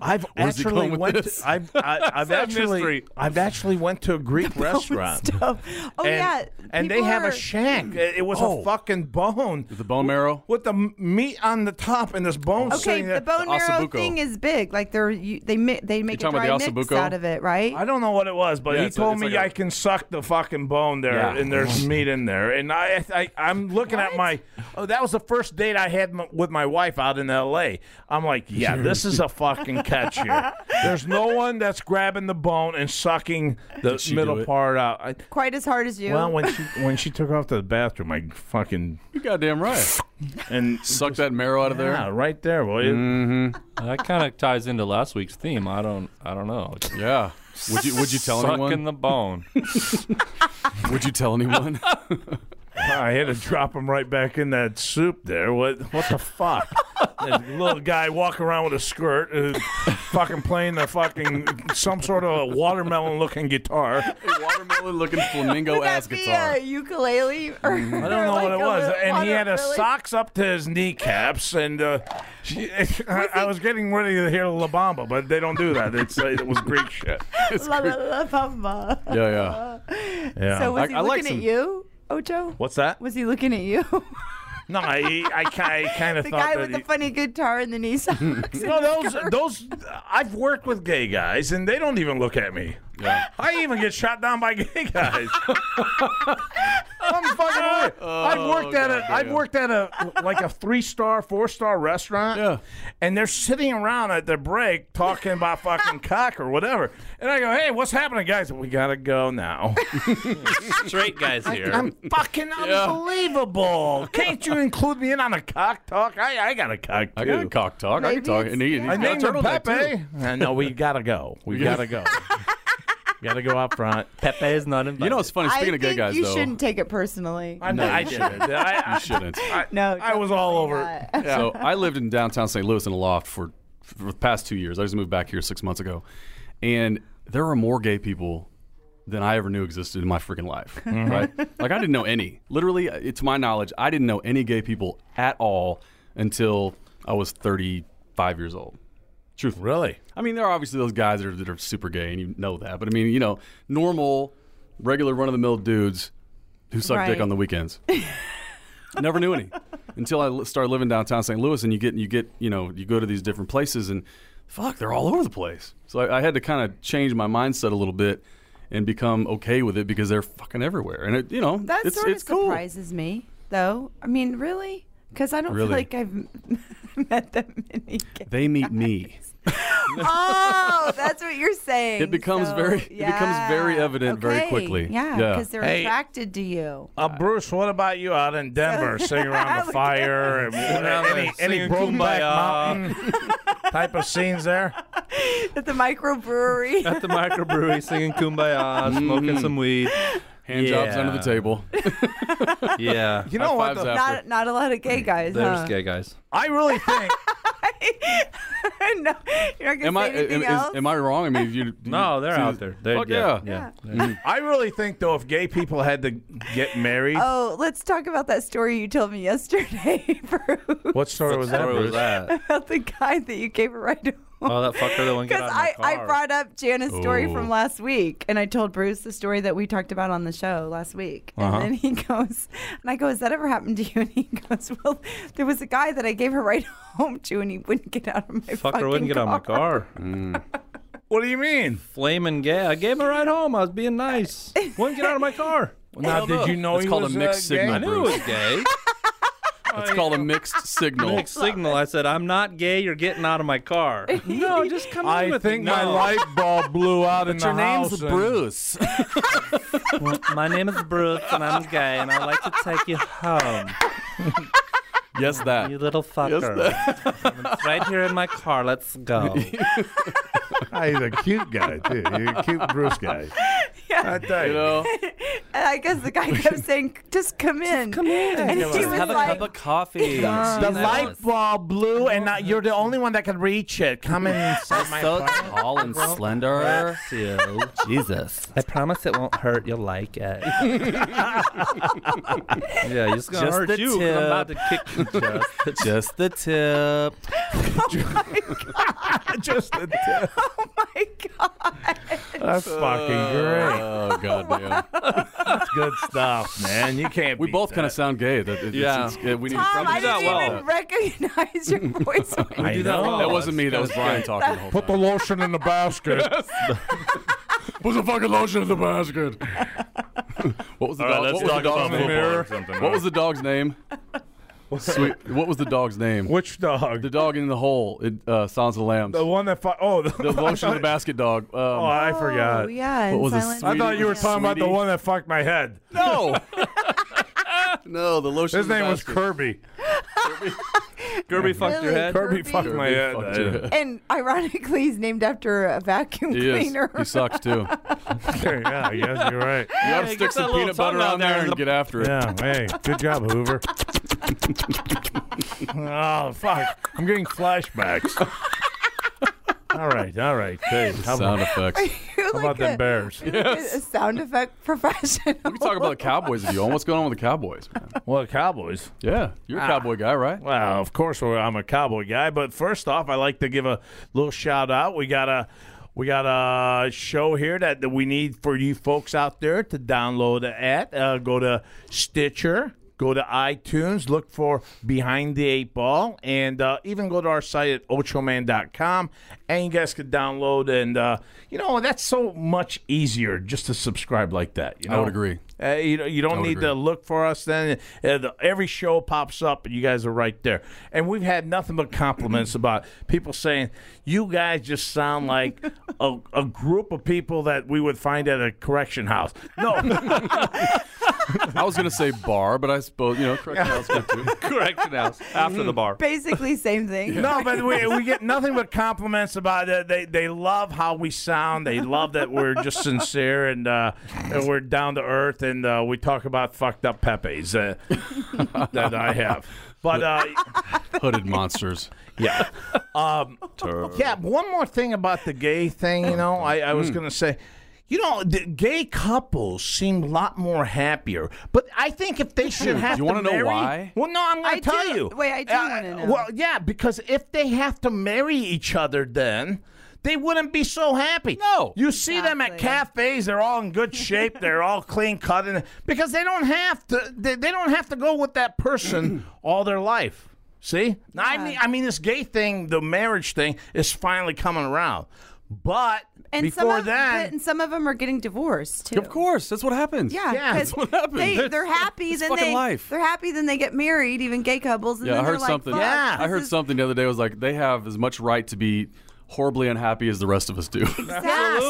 Speaker 3: I've
Speaker 4: Where's he
Speaker 3: actually
Speaker 4: going with
Speaker 3: went.
Speaker 4: this?
Speaker 3: To, I've I, I've
Speaker 6: that
Speaker 3: actually
Speaker 6: mystery?
Speaker 3: I've actually went to a Greek restaurant.
Speaker 5: Stuff. Oh
Speaker 3: And,
Speaker 5: yeah.
Speaker 3: and they
Speaker 5: people
Speaker 3: have
Speaker 5: are-
Speaker 3: a shank. It it was
Speaker 4: Oh.
Speaker 3: a fucking bone
Speaker 4: the bone marrow.
Speaker 3: with the m- meat on the top and this bone.
Speaker 5: Okay,
Speaker 3: sitting there.
Speaker 5: the bone marrow
Speaker 4: ossobuco.
Speaker 5: thing is big. Like they're you, they mi- they make a
Speaker 4: talking
Speaker 5: dry
Speaker 4: about the
Speaker 5: mix
Speaker 4: ossobuco?
Speaker 5: out of it, right?
Speaker 3: I don't know what it was, but
Speaker 4: Yeah,
Speaker 3: he
Speaker 4: it's a-
Speaker 3: told
Speaker 4: it's
Speaker 3: me I
Speaker 4: like a-
Speaker 3: can suck the fucking bone there,
Speaker 4: Yeah. Mm-hmm.
Speaker 3: and there's meat in there. And I, I, I'm looking at my. Oh, that was the first date I had m- with my wife out in L.A. I'm like, yeah, this is a fucking catch here. There's no one that's grabbing the bone and sucking the
Speaker 4: she do
Speaker 3: middle
Speaker 4: it?
Speaker 3: part out. I,
Speaker 5: Quite as hard as you.
Speaker 3: well, when she when she took off to the bathroom, I fucking
Speaker 4: You goddamn right.
Speaker 3: and
Speaker 4: Suck that marrow out of
Speaker 3: yeah,
Speaker 4: there.
Speaker 3: right there, boy.
Speaker 4: Mm.
Speaker 6: That kind of ties into last week's theme. I don't. I don't know.
Speaker 4: Yeah. Would you Would you tell
Speaker 6: Suck
Speaker 4: anyone?
Speaker 6: in the bone.
Speaker 4: Would you tell anyone?
Speaker 3: I had to drop him right back in that soup there. What what the fuck? That little guy walking around with a skirt, uh, fucking playing the fucking some sort of a watermelon looking guitar.
Speaker 4: Watermelon looking flamingo
Speaker 5: Would that
Speaker 4: ass
Speaker 5: be
Speaker 4: guitar.
Speaker 5: a ukulele? Or,
Speaker 3: I don't know what it was. And he had his socks up to his kneecaps, and uh, she, I, I was getting ready to hear La Bamba, but they don't do that. It's, uh, it was Greek shit.
Speaker 5: La, la, la, bamba.
Speaker 4: Yeah, yeah.
Speaker 3: Yeah.
Speaker 5: So was
Speaker 4: I-
Speaker 5: he
Speaker 4: I
Speaker 5: looking
Speaker 4: like
Speaker 5: at
Speaker 4: some-
Speaker 5: you, Ocho?
Speaker 3: What's that?
Speaker 5: Was he looking at you?
Speaker 3: No, I I, kind of
Speaker 5: the
Speaker 3: thought
Speaker 5: guy
Speaker 3: that
Speaker 5: with the
Speaker 3: he-
Speaker 5: funny guitar and the knee socks.
Speaker 3: No, those those I've worked with gay guys and they don't even look at me.
Speaker 4: Yeah.
Speaker 3: I even get shot down by gay guys. I'm fucking weird.
Speaker 4: Oh,
Speaker 3: I've worked at a I've worked at a like a three star, four star restaurant.
Speaker 4: Yeah.
Speaker 3: And they're sitting around at their break talking about fucking cock or whatever. And I go, Hey, what's happening, guys? We gotta go now.
Speaker 6: Straight guys here.
Speaker 3: I'm fucking unbelievable. Can't you include me in on a cock talk? I, I got a cock
Speaker 4: I
Speaker 3: too.
Speaker 4: got a cock talk. I
Speaker 5: Maybe
Speaker 4: can talk.
Speaker 5: it's-
Speaker 4: And he, and
Speaker 5: yeah.
Speaker 3: I
Speaker 4: he's got a
Speaker 3: named him
Speaker 4: turtleneck, too.
Speaker 3: Pepe. Uh, no, we gotta go. We gotta go. gotta go up front.
Speaker 6: Pepe is not invited.
Speaker 4: You know what's funny?
Speaker 5: I
Speaker 4: Speaking of
Speaker 5: think
Speaker 4: gay guys,
Speaker 5: you
Speaker 4: though,
Speaker 5: shouldn't take it personally.
Speaker 3: I, I did it. I,
Speaker 4: you shouldn't.
Speaker 5: no,
Speaker 3: I was all over. it.
Speaker 5: definitely not.
Speaker 4: So I lived in downtown St. Louis in a loft for, for the past two years. I just moved back here six months ago, and there were more gay people than I ever knew existed in my freaking life. Right? Like I didn't know any. Literally, uh, to my knowledge, I didn't know any gay people at all until I was 35 years old. Truthfully.
Speaker 1: Really?
Speaker 4: I mean, there are obviously those guys that are, that are super gay, and you know that. But I mean, you know, normal, regular, run of the mill dudes who suck dick
Speaker 5: Right.
Speaker 4: on the weekends. Never knew any until I li- started living downtown St. Louis, and you get you get you know you go to these different places, and fuck, they're all over the place. So I, I had to kind of change my mindset a little bit and become okay with it because they're fucking everywhere, and it, you know
Speaker 5: That
Speaker 4: it's
Speaker 5: sort
Speaker 4: it's
Speaker 5: of
Speaker 4: cool.
Speaker 5: surprises me, though. I mean, really? Because I don't
Speaker 4: Really.
Speaker 5: feel like I've met that many. Gays.
Speaker 4: They meet me.
Speaker 5: oh, that's what you're saying.
Speaker 4: It becomes
Speaker 5: So,
Speaker 4: very- it becomes very
Speaker 5: yeah.
Speaker 4: evident very
Speaker 5: Okay.
Speaker 4: quickly.
Speaker 5: Yeah,
Speaker 4: Yeah.
Speaker 5: because they're
Speaker 1: Hey.
Speaker 5: attracted to you.
Speaker 1: Uh, Bruce, what about you out in Denver, sitting around the fire, and any, any
Speaker 6: singing
Speaker 1: broken back
Speaker 6: Kumbaya.
Speaker 1: mountain type of scenes there?
Speaker 5: At the microbrewery.
Speaker 6: At the microbrewery, singing kumbaya, smoking some weed.
Speaker 4: Hand jobs under the
Speaker 6: Yeah.
Speaker 4: table.
Speaker 6: Yeah.
Speaker 1: You know
Speaker 4: High
Speaker 1: what?
Speaker 4: fives
Speaker 1: though?
Speaker 4: out.
Speaker 5: not, not a lot of gay guys,
Speaker 6: There's
Speaker 5: huh?
Speaker 6: gay guys.
Speaker 1: I really think
Speaker 5: no, you're not gonna
Speaker 4: Am
Speaker 5: say
Speaker 4: I
Speaker 5: anything
Speaker 4: am,
Speaker 5: else.
Speaker 4: is, am I wrong? I mean, you, do you-
Speaker 6: No, they're
Speaker 4: see-
Speaker 6: out there. They're,
Speaker 4: Fuck
Speaker 6: yeah.
Speaker 4: yeah.
Speaker 1: I really think though, if gay people had to get married,
Speaker 5: Oh, let's talk about that story you told me yesterday, Bruce.
Speaker 1: what story was that?
Speaker 6: Where was
Speaker 1: Bruce?
Speaker 6: that?
Speaker 5: About the guy that you gave a ride to.
Speaker 6: Oh, that fucker that one got
Speaker 5: Because
Speaker 6: out of
Speaker 5: I,
Speaker 6: my
Speaker 5: I
Speaker 6: car.
Speaker 5: brought up Jana's story
Speaker 4: Ooh.
Speaker 5: from last week, and I told Bruce the story that we talked about on the show last week.
Speaker 4: Uh-huh.
Speaker 5: And then he goes, and I go, Has that ever happened to you? And he goes, Well, there was a guy that I gave a ride home to, and he wouldn't get out of my
Speaker 6: Fucker
Speaker 5: fucking
Speaker 6: wouldn't get out of my car.
Speaker 1: What do you mean?
Speaker 6: Flaming gay. I gave him a ride home. I was being nice. Wouldn't get out of my car.
Speaker 1: Now,
Speaker 4: Hell no.
Speaker 1: did you know
Speaker 4: It's
Speaker 1: he
Speaker 4: called
Speaker 1: was,
Speaker 4: a mixed
Speaker 1: uh, gay?
Speaker 4: signal.
Speaker 6: I knew it was gay.
Speaker 4: It's called a mixed signal.
Speaker 6: Mixed signal. I said, I'm not gay. You're getting out of my car. No, just come in
Speaker 1: I
Speaker 6: with
Speaker 1: think
Speaker 6: me.
Speaker 1: my
Speaker 6: No.
Speaker 1: light bulb blew out in
Speaker 4: But
Speaker 1: the
Speaker 4: your
Speaker 1: house.
Speaker 4: name's
Speaker 1: and-
Speaker 4: Bruce.
Speaker 6: My name is Brooke, and I'm gay, and I'd like to take you home.
Speaker 4: yes, that.
Speaker 6: You little fucker. It's right here in my car. Let's go.
Speaker 3: Ah, he's a cute guy too. He's a cute Bruce guy.
Speaker 1: I tell you.
Speaker 4: You know,
Speaker 5: And I guess the guy kept saying, Just come in. Come in. And he was like,
Speaker 6: coffee.
Speaker 1: The light bulb blew, and now you're the only one that can reach it. Come inside my
Speaker 4: so
Speaker 1: apartment.
Speaker 4: tall and slender. Jesus.
Speaker 6: I promise it won't hurt. You'll like it. yeah, it's gonna
Speaker 4: Just the
Speaker 6: hurt you. 'cause I'm about to kick you. Just the tip.
Speaker 4: Just the tip.
Speaker 1: Just the tip.
Speaker 5: Oh my God.
Speaker 3: That's fucking great.
Speaker 4: Oh goddamn!
Speaker 3: That's good stuff, man. You can't.
Speaker 4: We
Speaker 3: beat
Speaker 4: both
Speaker 3: that.
Speaker 4: kind of sound gay. That, it-
Speaker 6: Yeah.
Speaker 4: it's, it's, uh, we need to
Speaker 5: Tom, I
Speaker 4: probably-
Speaker 5: didn't
Speaker 6: well.
Speaker 5: even recognize your voice.
Speaker 3: I
Speaker 6: do that
Speaker 3: know.
Speaker 6: well.
Speaker 4: That wasn't me. That was Brian talking the whole
Speaker 3: Put the
Speaker 4: time.
Speaker 3: lotion in the basket.
Speaker 4: Put the fucking lotion in the basket. what was the, dog, what was the dog's name? What was the dog's name? Sweet. What was the dog's name?
Speaker 3: Which dog?
Speaker 4: The dog in the hole in uh, Silence of the Lambs.
Speaker 3: The
Speaker 4: The,
Speaker 3: one that. Fu- oh, the,
Speaker 4: lotion in the basket dog. Um,
Speaker 3: Oh, I forgot.
Speaker 5: Oh, yeah.
Speaker 4: What
Speaker 5: in
Speaker 4: was the
Speaker 5: Silent
Speaker 3: I
Speaker 4: sweet-
Speaker 5: Night.
Speaker 3: thought you were talking about the
Speaker 4: Sweetie.
Speaker 3: one that fucked my head.
Speaker 4: No. no, the lotion.
Speaker 3: His
Speaker 4: in the
Speaker 3: name was
Speaker 4: basket.
Speaker 3: Kirby.
Speaker 6: Kirby fucked your
Speaker 5: Really?
Speaker 6: head.
Speaker 3: Kirby, fucked my head.
Speaker 4: Fucked your head.
Speaker 5: And ironically, he's named after a vacuum
Speaker 4: He is.
Speaker 5: cleaner.
Speaker 4: He sucks too.
Speaker 3: yeah, I guess you're right.
Speaker 4: You
Speaker 6: Yeah,
Speaker 4: gotta
Speaker 6: he
Speaker 4: stick
Speaker 6: gets that
Speaker 4: some
Speaker 6: little
Speaker 4: peanut butter
Speaker 6: tongue out
Speaker 4: on
Speaker 6: there
Speaker 4: there
Speaker 6: in
Speaker 4: and
Speaker 6: the-
Speaker 4: get after it.
Speaker 3: Yeah, hey, good job, Hoover. oh, fuck. I'm getting flashbacks. all right, all right. Hey, how
Speaker 4: Sound
Speaker 3: about,
Speaker 4: effects. We
Speaker 5: You're
Speaker 3: how
Speaker 5: like
Speaker 3: about
Speaker 5: a-
Speaker 3: them Bears?
Speaker 5: you're like a sound effect professional.
Speaker 4: can talk about the Cowboys if you want. What's going on with the Cowboys? man?
Speaker 3: Well, the Cowboys.
Speaker 4: Yeah, you're a
Speaker 5: Ah.
Speaker 4: Cowboy guy, right?
Speaker 3: Well, of course we're- I'm a cowboy guy, but first off, I like to give a little shout out. We got a we got a show here that, that we need for you folks out there to download at. Uh, go to Stitcher, go to iTunes, look for Behind the Eight Ball, and uh, even go to our site at ochoman.com, and you guys could download. And uh, you know that's so much easier just to subscribe like that. You
Speaker 4: I
Speaker 3: know?
Speaker 4: would agree.
Speaker 3: Uh, you don't- you don't
Speaker 4: would
Speaker 3: need
Speaker 4: agree.
Speaker 3: to look for us. Then uh, the, every show pops up, and you guys are right there. And we've had nothing but compliments about people saying you guys just sound like a, a group of people that we would find at a correction house. No,
Speaker 4: I was gonna say bar, but I suppose you know, correct. Yeah.
Speaker 6: Correct now. After the bar.
Speaker 5: Basically, same thing.
Speaker 3: no, but we, we get nothing but compliments about it. They they love how we sound. They love that we're just sincere and uh, and we're down to earth. And uh, we talk about fucked up Pepe's uh, that I have. But uh,
Speaker 4: hooded monsters.
Speaker 3: Yeah.
Speaker 4: Mm.
Speaker 3: Um, yeah. One more thing about the gay thing, you know, I, I was going to say, You know, the gay couples seem a lot more happier. But I think if they should have to
Speaker 4: you wanna know
Speaker 3: marry-
Speaker 4: why?
Speaker 3: Well, no, I'm going
Speaker 5: I
Speaker 3: to tell
Speaker 5: do-
Speaker 3: you. Uh,
Speaker 5: wait, I do wanna know.
Speaker 3: Well, yeah, because if they have to marry each other, then they wouldn't be so happy.
Speaker 4: No.
Speaker 3: you see them at
Speaker 5: Exactly.
Speaker 3: cafes; they're all in good shape, they're all clean cut, and because they don't have to, they, they don't have to go with that person all their life. See, Now, I mean, I mean, this gay thing, the marriage thing, is finally coming around. But
Speaker 5: And some
Speaker 3: before
Speaker 5: of,
Speaker 3: that,
Speaker 5: but- and some of them are getting divorced too.
Speaker 4: Of course, that's what happens.
Speaker 5: Yeah,
Speaker 3: Yeah,
Speaker 5: 'cause
Speaker 3: that's
Speaker 4: what happens.
Speaker 5: They,
Speaker 4: That's-
Speaker 5: they're happy,
Speaker 4: it's
Speaker 5: then
Speaker 4: fucking
Speaker 5: they
Speaker 4: life.
Speaker 5: they're happy, then they get married, even gay couples. And
Speaker 4: Yeah,
Speaker 5: then
Speaker 4: I heard
Speaker 5: they're like,
Speaker 4: something.
Speaker 5: "Fuck,
Speaker 3: Yeah.
Speaker 4: I
Speaker 5: this
Speaker 4: heard
Speaker 5: is-
Speaker 4: something the other day. was like, they have as much right to be horribly unhappy as the rest of us do.
Speaker 3: yes,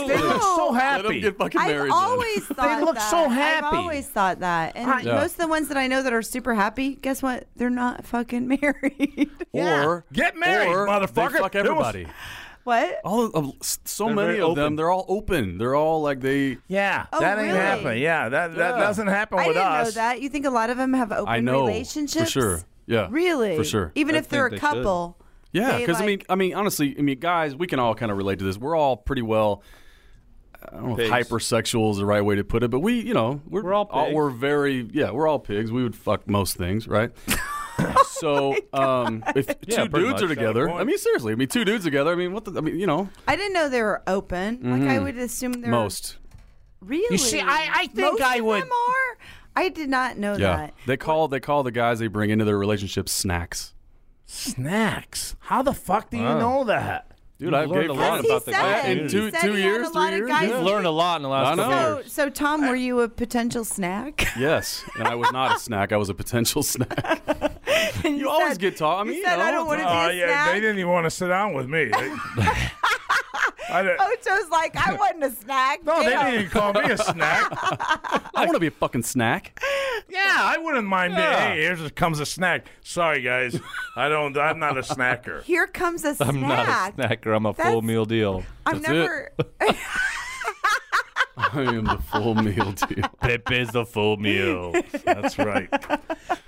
Speaker 3: they look so
Speaker 4: Let them
Speaker 3: happy.
Speaker 4: get fucking married.
Speaker 5: I've
Speaker 4: then.
Speaker 5: always thought
Speaker 3: look
Speaker 5: that.
Speaker 3: so
Speaker 5: I've
Speaker 3: happy.
Speaker 5: always thought that, and
Speaker 3: I- Yeah.
Speaker 5: most of the ones that I know that are super happy, guess what? They're not fucking married.
Speaker 3: Yeah.
Speaker 4: Or
Speaker 3: Get married,
Speaker 4: or
Speaker 3: motherfucker.
Speaker 4: They fuck
Speaker 3: There was-
Speaker 4: everybody.
Speaker 5: what?
Speaker 4: All of- of, so many
Speaker 3: very
Speaker 4: of them.
Speaker 3: open.
Speaker 4: They're all open. They're all like they.
Speaker 3: Yeah,
Speaker 5: Oh,
Speaker 3: that ain't
Speaker 5: really?
Speaker 3: happening. Yeah, that that
Speaker 4: Yeah.
Speaker 3: doesn't happen
Speaker 5: I
Speaker 3: with
Speaker 5: didn't
Speaker 3: us.
Speaker 5: know that. You think a lot of them have open
Speaker 4: I know
Speaker 5: relationships?
Speaker 4: for sure. Yeah,
Speaker 5: Really?
Speaker 4: for sure. Uh,
Speaker 5: Even
Speaker 6: I
Speaker 5: if they're
Speaker 6: think
Speaker 5: a
Speaker 6: they should.
Speaker 5: couple.
Speaker 4: Yeah,
Speaker 5: they,
Speaker 4: because I mean,
Speaker 5: like-
Speaker 4: I mean, honestly, I mean, guys, we can all kind of relate to this. We're all pretty well. I don't know if
Speaker 6: Pigs.
Speaker 4: hypersexual is the right way to put it, but we, you know, we're,
Speaker 6: We're all pigs.
Speaker 4: we're very, yeah, we're all pigs. We would fuck most things, right? so, um, if two
Speaker 6: Yeah, pretty
Speaker 4: dudes
Speaker 6: much.
Speaker 4: are together, I mean, seriously, I mean, two dudes together, I mean, what the, I mean, you know,
Speaker 5: I didn't know they were open. Like I would assume they're
Speaker 4: Mm-hmm. most.
Speaker 5: Really?
Speaker 3: see, I- I think
Speaker 5: Most
Speaker 3: I
Speaker 5: of
Speaker 3: would-
Speaker 5: Them are. I did not know
Speaker 4: Yeah.
Speaker 5: that.
Speaker 4: They call, they call the guys they bring into their relationships snacks.
Speaker 3: Snacks. How the fuck do you know that?
Speaker 4: Dude, I've
Speaker 6: learned
Speaker 4: gave
Speaker 6: a
Speaker 4: a
Speaker 6: lot
Speaker 5: As
Speaker 4: lot
Speaker 6: What
Speaker 5: he
Speaker 6: about
Speaker 4: about
Speaker 6: the
Speaker 5: said,
Speaker 6: guy?
Speaker 4: In
Speaker 6: He
Speaker 4: two,
Speaker 5: said
Speaker 4: two
Speaker 5: he had
Speaker 4: years,
Speaker 5: a lot
Speaker 4: three
Speaker 5: of
Speaker 4: years.
Speaker 5: guys
Speaker 6: You've
Speaker 5: Yeah.
Speaker 6: learned a lot in the
Speaker 4: I
Speaker 6: last
Speaker 4: know.
Speaker 6: couple
Speaker 5: So,
Speaker 6: years.
Speaker 5: so Tom, were you a potential snack?
Speaker 4: Yes, and I was not a snack. I was a potential snack.
Speaker 5: And
Speaker 4: You always get tall. I mean,
Speaker 5: you
Speaker 4: you
Speaker 5: said, I
Speaker 4: know,
Speaker 5: don't want to be
Speaker 7: Oh
Speaker 5: a
Speaker 7: yeah,
Speaker 5: snack.
Speaker 7: they didn't even want to sit down with me. They- I didn't,
Speaker 5: Ocho's like, I wasn't a snack.
Speaker 7: no, they
Speaker 5: Get
Speaker 7: didn't even call me a snack.
Speaker 4: I want to be a fucking snack.
Speaker 7: Yeah, I wouldn't mind. being,
Speaker 4: Yeah.
Speaker 7: Hey, here's comes a snack. Sorry guys, I don't. I'm not a snacker.
Speaker 5: Here comes a snack.
Speaker 6: I'm not a snacker. I'm a full
Speaker 5: That's-
Speaker 6: meal deal.
Speaker 5: I'm
Speaker 4: That's
Speaker 5: never.
Speaker 4: I am the full meal deal.
Speaker 6: Pip is the full meal.
Speaker 7: That's right.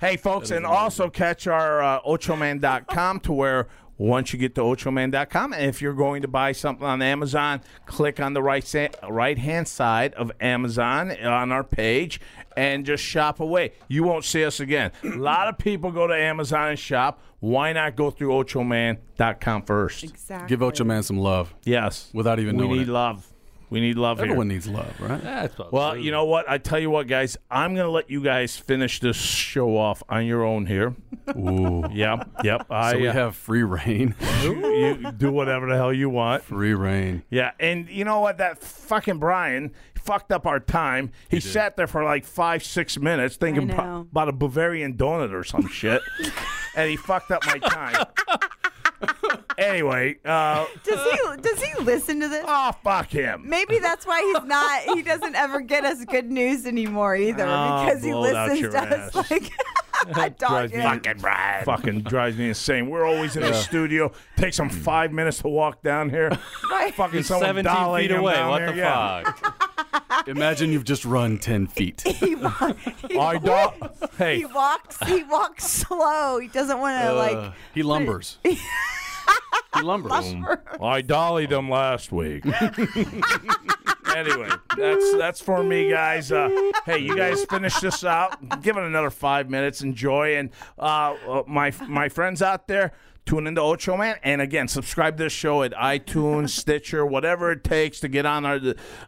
Speaker 3: Hey, folks, and also catch our uh, ochoman.com to where once you get to ochoman.com, and if you're going to buy something on Amazon, click on the right sa- right hand side of Amazon on our page and just shop away. You won't see us again. A lot of people go to Amazon and shop. Why not go through ochoman.com first?
Speaker 5: Exactly.
Speaker 4: Give Ocho Man some love.
Speaker 3: Yes.
Speaker 4: Without even
Speaker 3: we
Speaker 4: knowing
Speaker 3: need
Speaker 4: it.
Speaker 3: love. We need love here.
Speaker 4: Everyone needs love, right?
Speaker 6: That's about
Speaker 3: Well,
Speaker 6: true.
Speaker 3: you know what? I tell you what, guys. I'm gonna let you guys finish this show off on your own here.
Speaker 4: Ooh.
Speaker 3: Yep, yep. I
Speaker 4: So we
Speaker 3: uh,
Speaker 4: have free reign.
Speaker 3: you, you do whatever the hell you want.
Speaker 4: free reign.
Speaker 3: Yeah, and you know what? That fucking Brian fucked up our time. He, sat there for like five, six minutes thinking
Speaker 5: I
Speaker 3: pro-
Speaker 5: know.
Speaker 3: about a Bavarian donut or some shit, and he fucked up my time. anyway, uh,
Speaker 5: Does he? Does he listen to this?
Speaker 3: oh fuck him.
Speaker 5: Maybe that's why he's not. He doesn't ever get us good news anymore either,
Speaker 3: I'll
Speaker 5: because he
Speaker 3: blow it out
Speaker 5: listens
Speaker 3: your
Speaker 5: to us
Speaker 3: ass.
Speaker 5: like a dog.
Speaker 3: Drives me-
Speaker 5: is.
Speaker 3: Brian. Fucking drives me insane. We're always in the studio. Takes him five minutes to walk down here.
Speaker 5: Right.
Speaker 3: Fucking someone
Speaker 6: 17
Speaker 3: dollying
Speaker 6: feet
Speaker 3: him
Speaker 6: away.
Speaker 3: down
Speaker 6: What
Speaker 3: there.
Speaker 6: the
Speaker 3: Yeah.
Speaker 6: fuck?
Speaker 4: Imagine you've just run 10 feet.
Speaker 5: He, wa- he,
Speaker 3: I dog. Hey,
Speaker 5: he walks. He walks slow. He doesn't want
Speaker 4: Uh,
Speaker 5: to like.
Speaker 4: He lumbers. he lumbers.
Speaker 7: I dollied them last week.
Speaker 3: anyway, that's that's for me, guys. Uh, hey, you guys finish this out. Give it another five minutes. Enjoy, and uh, uh, my my friends out there, tune into Ocho Man, and again, subscribe to this show at iTunes, Stitcher, whatever it takes to get on our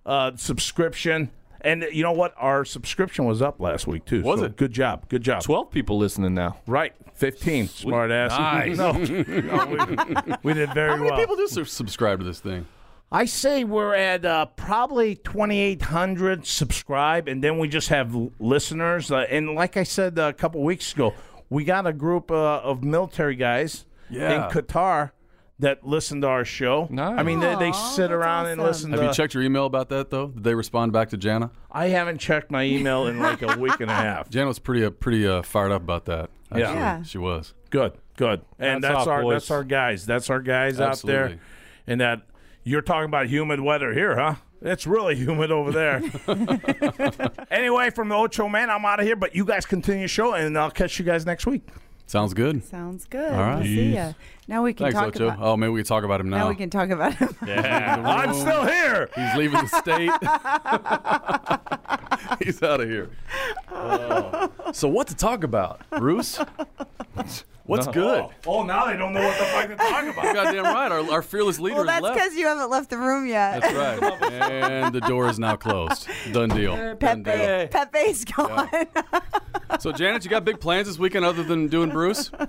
Speaker 3: uh, subscription. And you know what? Our subscription was up last week too.
Speaker 4: Was
Speaker 3: so
Speaker 4: it?
Speaker 3: Good job. Good job.
Speaker 6: 12 people listening now.
Speaker 3: Right. Fifteen. Smart ass.
Speaker 4: Nice.
Speaker 3: No, no, we, we did very
Speaker 4: How many
Speaker 3: well.
Speaker 4: people do su- subscribe to this thing?
Speaker 3: I say we're at uh, probably 2,800 subscribe, and then we just have l- listeners. Uh, and like I said uh, a couple weeks ago, we got a group uh, of military guys
Speaker 4: Yeah.
Speaker 3: in Qatar that listen to our show.
Speaker 6: Nice.
Speaker 3: I mean, they, they
Speaker 5: Aw,
Speaker 3: sit
Speaker 5: that's
Speaker 3: around and
Speaker 5: awesome.
Speaker 3: listen
Speaker 4: Have
Speaker 3: to.
Speaker 4: you checked your email about that, though? Did they respond back to Jana?
Speaker 3: I haven't checked my email in like a week and a half.
Speaker 4: Jana was pretty uh, pretty uh, fired up about that. Actually,
Speaker 5: Yeah.
Speaker 4: She was.
Speaker 3: Good, good. And
Speaker 6: That's
Speaker 3: that's,
Speaker 6: our
Speaker 3: our
Speaker 6: boys.
Speaker 3: that's our guys. That's our guys out there.
Speaker 4: Absolutely.
Speaker 3: And that you're talking about humid weather here, huh? It's really humid over there. anyway, from the Ocho Man, I'm out of here. But you guys continue the show, and I'll catch you guys next week.
Speaker 4: Sounds good.
Speaker 5: Sounds good.
Speaker 4: right.
Speaker 5: We'll see ya. Now we can
Speaker 4: Thanks,
Speaker 5: talk
Speaker 4: Ocho.
Speaker 5: about.
Speaker 4: oh, maybe we can talk about him now.
Speaker 5: Now we can talk about him.
Speaker 7: I'm still here.
Speaker 4: He's leaving the state. He's out of here. Oh. so what to talk about, Bruce? What's good?
Speaker 7: Oh, now they don't know what the fuck to talk about.
Speaker 4: Goddamn right. Our, our fearless leader
Speaker 5: well,
Speaker 4: has
Speaker 5: that's
Speaker 4: left.
Speaker 5: because you haven't left the room yet.
Speaker 4: That's right. and the door is now closed. Done deal. Done
Speaker 5: Pepe,
Speaker 4: deal.
Speaker 5: Pepe's gone.
Speaker 4: So Janet, you got big plans this weekend other than doing Bruce?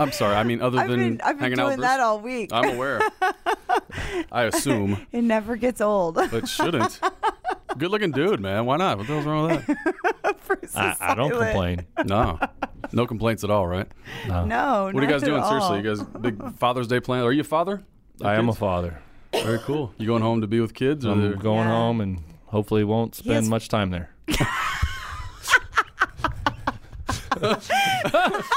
Speaker 4: I'm sorry. I mean, other
Speaker 5: I've
Speaker 4: than
Speaker 5: been, I've been
Speaker 4: hanging
Speaker 5: doing
Speaker 4: out with Bruce.
Speaker 5: that all week.
Speaker 4: I'm aware. I assume,
Speaker 5: it never gets old.
Speaker 4: but shouldn't. Good-looking dude, man. Why not? What the hell's wrong with that?
Speaker 5: Bruce is
Speaker 6: I, I don't
Speaker 5: silent.
Speaker 6: complain.
Speaker 4: No, no complaints at all, right?
Speaker 5: No.
Speaker 4: What are you guys doing? Seriously, you guys big Father's Day plan? Are you a father?
Speaker 6: I am a father.
Speaker 4: father. Very cool. You going home to be with kids? Or
Speaker 6: I'm going
Speaker 5: Yeah.
Speaker 6: home and hopefully won't spend
Speaker 5: has-
Speaker 6: much time there.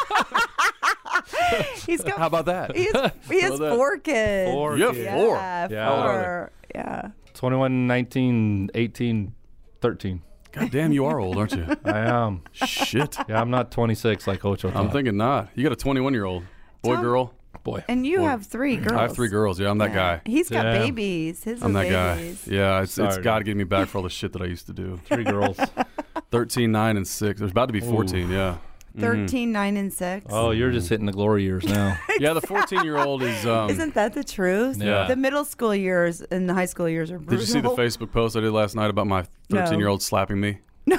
Speaker 5: He's got.
Speaker 4: How about that?
Speaker 5: He has, he has
Speaker 4: that?
Speaker 5: four kids.
Speaker 6: Four
Speaker 4: You have
Speaker 6: kids.
Speaker 4: four.
Speaker 5: Yeah.
Speaker 6: Yeah, how old are they?
Speaker 5: four. Yeah.
Speaker 6: 21, 19, 18, 13.
Speaker 4: God damn, you are old, aren't you?
Speaker 6: I am.
Speaker 4: Shit.
Speaker 6: Yeah, I'm not 26 like Ocho.
Speaker 4: I'm
Speaker 6: thought.
Speaker 4: thinking not. You got a 21 year old boy,
Speaker 5: Tom-
Speaker 4: girl, boy.
Speaker 5: And you have three girls.
Speaker 4: I have three girls. Yeah, I'm that guy.
Speaker 5: He's got
Speaker 6: Damn.
Speaker 5: babies. His
Speaker 4: I'm
Speaker 5: are
Speaker 4: that guy.
Speaker 5: babies.
Speaker 4: Yeah, it's, it's
Speaker 6: Sorry.
Speaker 4: God getting me back for all the shit that I used to do.
Speaker 6: Three girls.
Speaker 4: 13, 9, and 6. There's about to be 14, yeah.
Speaker 5: Thirteen, nine, and six.
Speaker 6: Oh, you're just hitting the glory years now.
Speaker 4: Yeah, the 14 year old is. Um,
Speaker 5: Isn't that the truth?
Speaker 6: Yeah.
Speaker 5: The middle school years and the high school years are brutal.
Speaker 4: did you see the Facebook post I did last night about my 13 year old slapping me?
Speaker 5: No,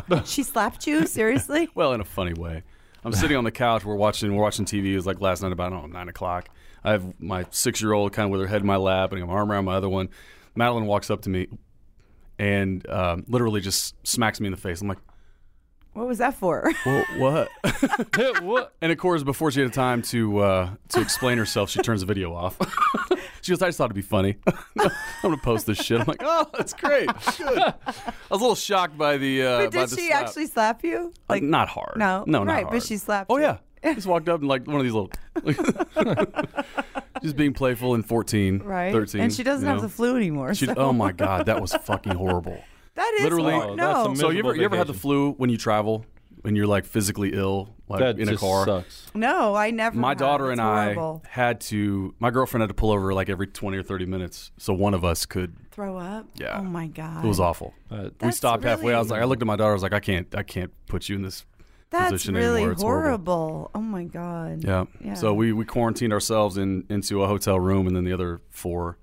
Speaker 5: no. she slapped you seriously.
Speaker 4: Well, in a funny way. I'm sitting on the couch. We're watching. We're watching TV. It was like last night about I don't know nine o'clock. I have my six year old kind of with her head in my lap and my arm around my other one. Madeline walks up to me and um, literally just smacks me in the face. I'm like,
Speaker 5: What was that for?
Speaker 4: Whoa, what? what? And of course, before she had time to uh, to explain herself, she turns the video off. she goes, "I just thought it'd be funny. I'm gonna post this shit." I'm like, "Oh, that's great." Good. I was a little shocked by the. Uh,
Speaker 5: But
Speaker 4: by
Speaker 5: did
Speaker 4: the
Speaker 5: she
Speaker 4: slap.
Speaker 5: actually slap you?
Speaker 4: Like, not hard.
Speaker 5: No,
Speaker 4: no, not
Speaker 5: right, but
Speaker 4: hard.
Speaker 5: she slapped
Speaker 4: Oh
Speaker 5: you.
Speaker 4: yeah, just walked up and like one of these little. just being playful in 14,
Speaker 5: right?
Speaker 4: 13,
Speaker 5: and she doesn't
Speaker 4: you
Speaker 5: have
Speaker 4: know?
Speaker 5: the flu anymore.
Speaker 4: She-
Speaker 5: so-
Speaker 4: oh my god, that was fucking horrible.
Speaker 5: that is
Speaker 4: literally-
Speaker 5: hor-
Speaker 4: Oh,
Speaker 6: that's
Speaker 5: no,
Speaker 6: a
Speaker 4: So you ever
Speaker 6: Miserable
Speaker 4: you ever had the
Speaker 6: vacation.
Speaker 4: flu when you travel when you're like physically ill like
Speaker 6: That
Speaker 4: in
Speaker 6: just
Speaker 4: a car?
Speaker 6: sucks.
Speaker 5: no. I never.
Speaker 4: My
Speaker 5: have.
Speaker 4: daughter
Speaker 5: It's
Speaker 4: and
Speaker 5: horrible.
Speaker 4: I had to. My girlfriend had to pull over like every twenty or thirty minutes, so one of us could.
Speaker 5: throw up.
Speaker 4: Yeah.
Speaker 5: Oh my god.
Speaker 4: It was awful. Uh, we
Speaker 5: That's
Speaker 4: stopped halfway. I was
Speaker 5: really-
Speaker 4: like, I looked at my daughter. I was like, I can't, I can't put you in this.
Speaker 5: That's
Speaker 4: position
Speaker 5: really
Speaker 4: anymore. It's horrible.
Speaker 5: horrible. Oh my god.
Speaker 4: Yeah.
Speaker 5: Yeah.
Speaker 4: So we we quarantined ourselves in into a hotel room, and then the other four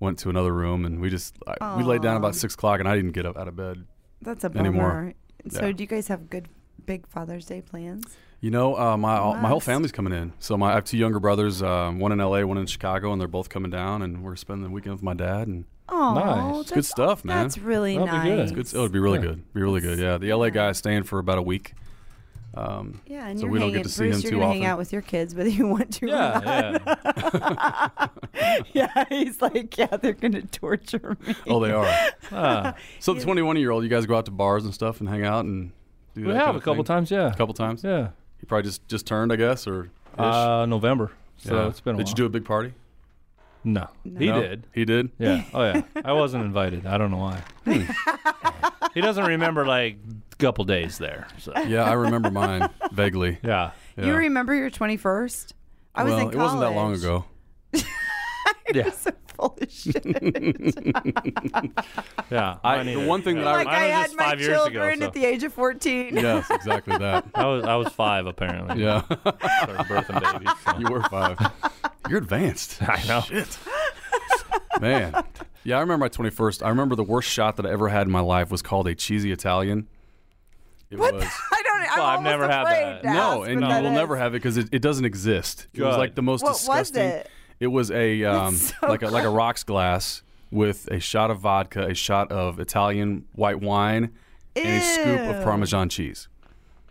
Speaker 4: went to another room, and we just I, we laid down about six o'clock, and I didn't get up out of bed.
Speaker 5: That's a bummer.
Speaker 4: anymore.
Speaker 5: So
Speaker 4: Yeah.
Speaker 5: do you guys have good big Father's Day plans?
Speaker 4: You know, uh, my all my whole
Speaker 5: Nice.
Speaker 4: family's coming in. So my I have two younger brothers, um, one in L.A., one in Chicago, and they're both coming down, and we're spending the weekend with my dad. And
Speaker 5: Oh,
Speaker 6: Nice.
Speaker 5: that's,
Speaker 4: it's good stuff, man.
Speaker 5: That's really
Speaker 6: That'd be good.
Speaker 5: nice.
Speaker 6: It's
Speaker 4: It's, it would be really good. Be really good. Yeah, the LA
Speaker 5: yeah.
Speaker 4: guy's staying for about a week. Um,
Speaker 5: Yeah, and
Speaker 4: So
Speaker 5: you're
Speaker 4: we don't
Speaker 5: hanging,
Speaker 4: get to see
Speaker 5: Bruce,
Speaker 4: him
Speaker 5: you're
Speaker 4: too
Speaker 5: gonna hang
Speaker 4: often.
Speaker 5: out with your kids whether you want to or not.
Speaker 6: Yeah, yeah.
Speaker 5: yeah, he's like, yeah, they're gonna torture me.
Speaker 4: oh, they are.
Speaker 6: Ah,
Speaker 4: So the 21 year old, you guys go out to bars and stuff and hang out and do
Speaker 6: we
Speaker 4: that
Speaker 6: have
Speaker 4: kind
Speaker 6: a
Speaker 4: of
Speaker 6: couple
Speaker 4: thing?
Speaker 6: times, yeah.
Speaker 4: A couple times.
Speaker 6: Yeah.
Speaker 4: You probably just just turned, I guess, or. ish.
Speaker 6: Uh, November. So
Speaker 4: Yeah.
Speaker 6: it's been a
Speaker 4: Did
Speaker 6: while.
Speaker 4: you do a big party?
Speaker 6: No. He
Speaker 4: No?
Speaker 6: did.
Speaker 4: He did.
Speaker 6: Yeah. Oh yeah. I wasn't invited. I don't know why. he doesn't remember like a couple days there. So
Speaker 4: Yeah, I remember mine vaguely.
Speaker 6: yeah.
Speaker 4: Yeah.
Speaker 5: You remember your 21st? I was
Speaker 4: well,
Speaker 5: in college.
Speaker 4: it wasn't that long ago.
Speaker 6: Yeah.
Speaker 5: so full of shit.
Speaker 6: Yeah.
Speaker 4: I-
Speaker 6: mine
Speaker 4: the
Speaker 6: either.
Speaker 4: one thing that I-
Speaker 5: like
Speaker 6: Mine
Speaker 5: I
Speaker 6: was
Speaker 5: had
Speaker 6: just
Speaker 5: my
Speaker 6: five years ago,
Speaker 5: children
Speaker 6: so.
Speaker 5: at the age of 14.
Speaker 4: Yes, exactly that.
Speaker 6: I was I was five apparently.
Speaker 4: Yeah,
Speaker 6: Started birthing babies. so.
Speaker 4: you were five. You're advanced.
Speaker 6: I know.
Speaker 4: Man. Yeah, I remember my 21st. I remember the worst shot that I ever had in my life was called a cheesy Italian. It
Speaker 5: What?
Speaker 4: was.
Speaker 5: the- I don't. I'm
Speaker 6: Well, I've
Speaker 5: almost
Speaker 6: never had
Speaker 5: afraid
Speaker 6: that.
Speaker 5: to
Speaker 4: No,
Speaker 5: ask
Speaker 4: and
Speaker 5: what
Speaker 4: you
Speaker 5: that
Speaker 4: will never
Speaker 5: is.
Speaker 4: have it because it, it doesn't exist. It was
Speaker 6: Good.
Speaker 4: like the most
Speaker 5: What was
Speaker 4: disgusting.
Speaker 5: it?
Speaker 4: It was a um,
Speaker 5: so
Speaker 4: like a, like a rocks glass with a shot of vodka, a shot of Italian white wine, and a scoop of
Speaker 5: Ew.
Speaker 4: Parmesan cheese.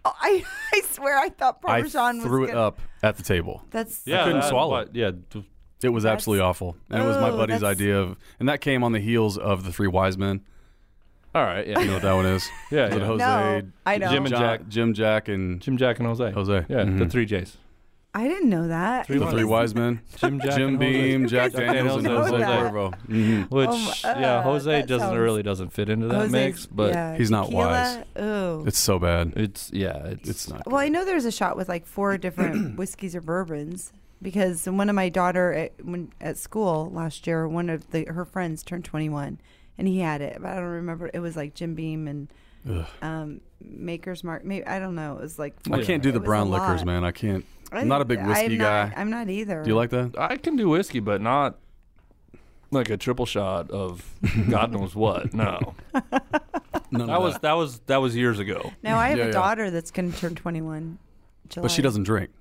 Speaker 5: Oh, I, I swear, I thought Parmesan
Speaker 4: I threw
Speaker 5: was
Speaker 4: it
Speaker 5: good.
Speaker 4: up at the table.
Speaker 5: That's
Speaker 6: Yeah.
Speaker 4: couldn't
Speaker 6: that-
Speaker 4: swallow.
Speaker 6: what- yeah. d-
Speaker 4: It was absolutely awful, and it was my
Speaker 5: Ooh,
Speaker 4: buddy's
Speaker 5: that's-
Speaker 4: idea of, and that came on the heels of the three wise men.
Speaker 6: All right.
Speaker 4: You know
Speaker 6: Yeah.
Speaker 4: what that one is?
Speaker 6: Yeah,
Speaker 4: Is it
Speaker 6: yeah.
Speaker 4: Jose,
Speaker 5: No, I don't.
Speaker 4: Jim and
Speaker 6: John-
Speaker 4: Jack, Jim, Jack, and
Speaker 6: Jim, Jack, and Jose. Mm-hmm.
Speaker 4: Jose.
Speaker 6: Yeah. The
Speaker 4: Mhm.
Speaker 6: three J's.
Speaker 5: I didn't know that.
Speaker 4: the three wise men.
Speaker 6: Jim Jack
Speaker 4: Jim
Speaker 6: and Jose.
Speaker 4: Beam, Jack
Speaker 5: guys
Speaker 4: Daniels, and
Speaker 6: know
Speaker 4: Jose
Speaker 6: that.
Speaker 4: Cuervo. Mhm.
Speaker 6: Which
Speaker 5: my-
Speaker 6: yeah,
Speaker 5: uh,
Speaker 6: Jose
Speaker 5: that
Speaker 6: doesn't
Speaker 5: sounds-
Speaker 6: really doesn't fit into that
Speaker 5: Jose's-
Speaker 6: mix, but
Speaker 5: yeah,
Speaker 4: he's not
Speaker 5: tequila, Ooh.
Speaker 4: It's so bad.
Speaker 6: it's yeah, it's,
Speaker 4: It's not.
Speaker 5: Well, I know there's a shot with like four different whiskeys or bourbons because one of my daughter at, when, at school last year, one of the her friends turned 21 and he had it, but I don't remember. It was like Jim Beam and um, Maker's Mark. Maybe I don't know. It was like
Speaker 4: I can't do the
Speaker 5: it was a
Speaker 4: brown liquors,
Speaker 5: lot.
Speaker 4: man. I can't.
Speaker 5: I-
Speaker 4: I'm not a big
Speaker 5: I'm
Speaker 4: whiskey
Speaker 5: not-
Speaker 4: guy.
Speaker 5: I'm not either.
Speaker 4: Do you like that?
Speaker 6: I can do whiskey, but not like a triple shot of God knows what. No,
Speaker 4: None
Speaker 6: that
Speaker 4: of
Speaker 6: was that was that was years ago.
Speaker 5: Now I have
Speaker 4: Yeah,
Speaker 5: a
Speaker 4: yeah.
Speaker 5: daughter that's going to turn 21. July.
Speaker 4: But she doesn't drink.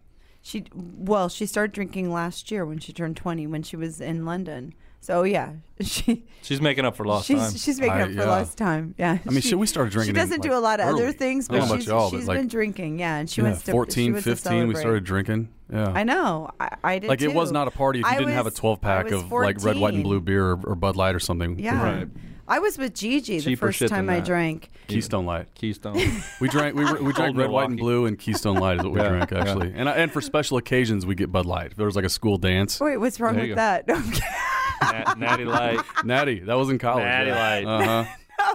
Speaker 5: She well, she started drinking last year when she turned 20 when she was in London. So yeah, she
Speaker 6: She's making up for lost
Speaker 5: she's
Speaker 6: time.
Speaker 5: she's making
Speaker 4: I-
Speaker 5: up for
Speaker 4: yeah.
Speaker 5: lost time. Yeah.
Speaker 4: I mean, shit, we started
Speaker 5: She
Speaker 4: drinking.
Speaker 5: doesn't do a lot of other things,
Speaker 4: I don't
Speaker 5: but
Speaker 4: know about
Speaker 5: she's,
Speaker 4: y'all, but,
Speaker 5: she's
Speaker 4: like,
Speaker 5: been drinking. Yeah, and she
Speaker 4: Yeah,
Speaker 5: wants to.
Speaker 4: 14,
Speaker 5: she wants to
Speaker 4: 15, we
Speaker 5: celebrate.
Speaker 4: started drinking. Yeah.
Speaker 5: I know. I, I did.
Speaker 4: like it was
Speaker 5: too.
Speaker 4: not a party if you
Speaker 5: I
Speaker 4: didn't have a
Speaker 5: was-
Speaker 4: 12
Speaker 5: I
Speaker 4: pack
Speaker 5: was
Speaker 4: of like red, white,
Speaker 5: 14.
Speaker 4: and blue beer or, or Bud Light or something.
Speaker 5: Yeah.
Speaker 6: Right.
Speaker 5: I was with Gigi the
Speaker 6: Cheaper
Speaker 5: first
Speaker 6: shit
Speaker 5: time
Speaker 6: than
Speaker 5: I
Speaker 6: that.
Speaker 5: drank.
Speaker 4: Keystone Light.
Speaker 6: Keystone.
Speaker 4: We drank we, were- we drank
Speaker 6: Old
Speaker 4: red, white, and
Speaker 6: Milwaukee.
Speaker 4: blue and Keystone Light is what we
Speaker 6: Yeah,
Speaker 4: drank actually. And I, and for special occasions we get Bud Light. If there was like a school dance,
Speaker 5: Wait, what's wrong
Speaker 6: There
Speaker 5: with
Speaker 6: you go.
Speaker 5: that? No, I'm kidding.
Speaker 6: Nat- Natty Light.
Speaker 4: Natty. That was in college.
Speaker 6: Natty Light.
Speaker 4: Uh huh.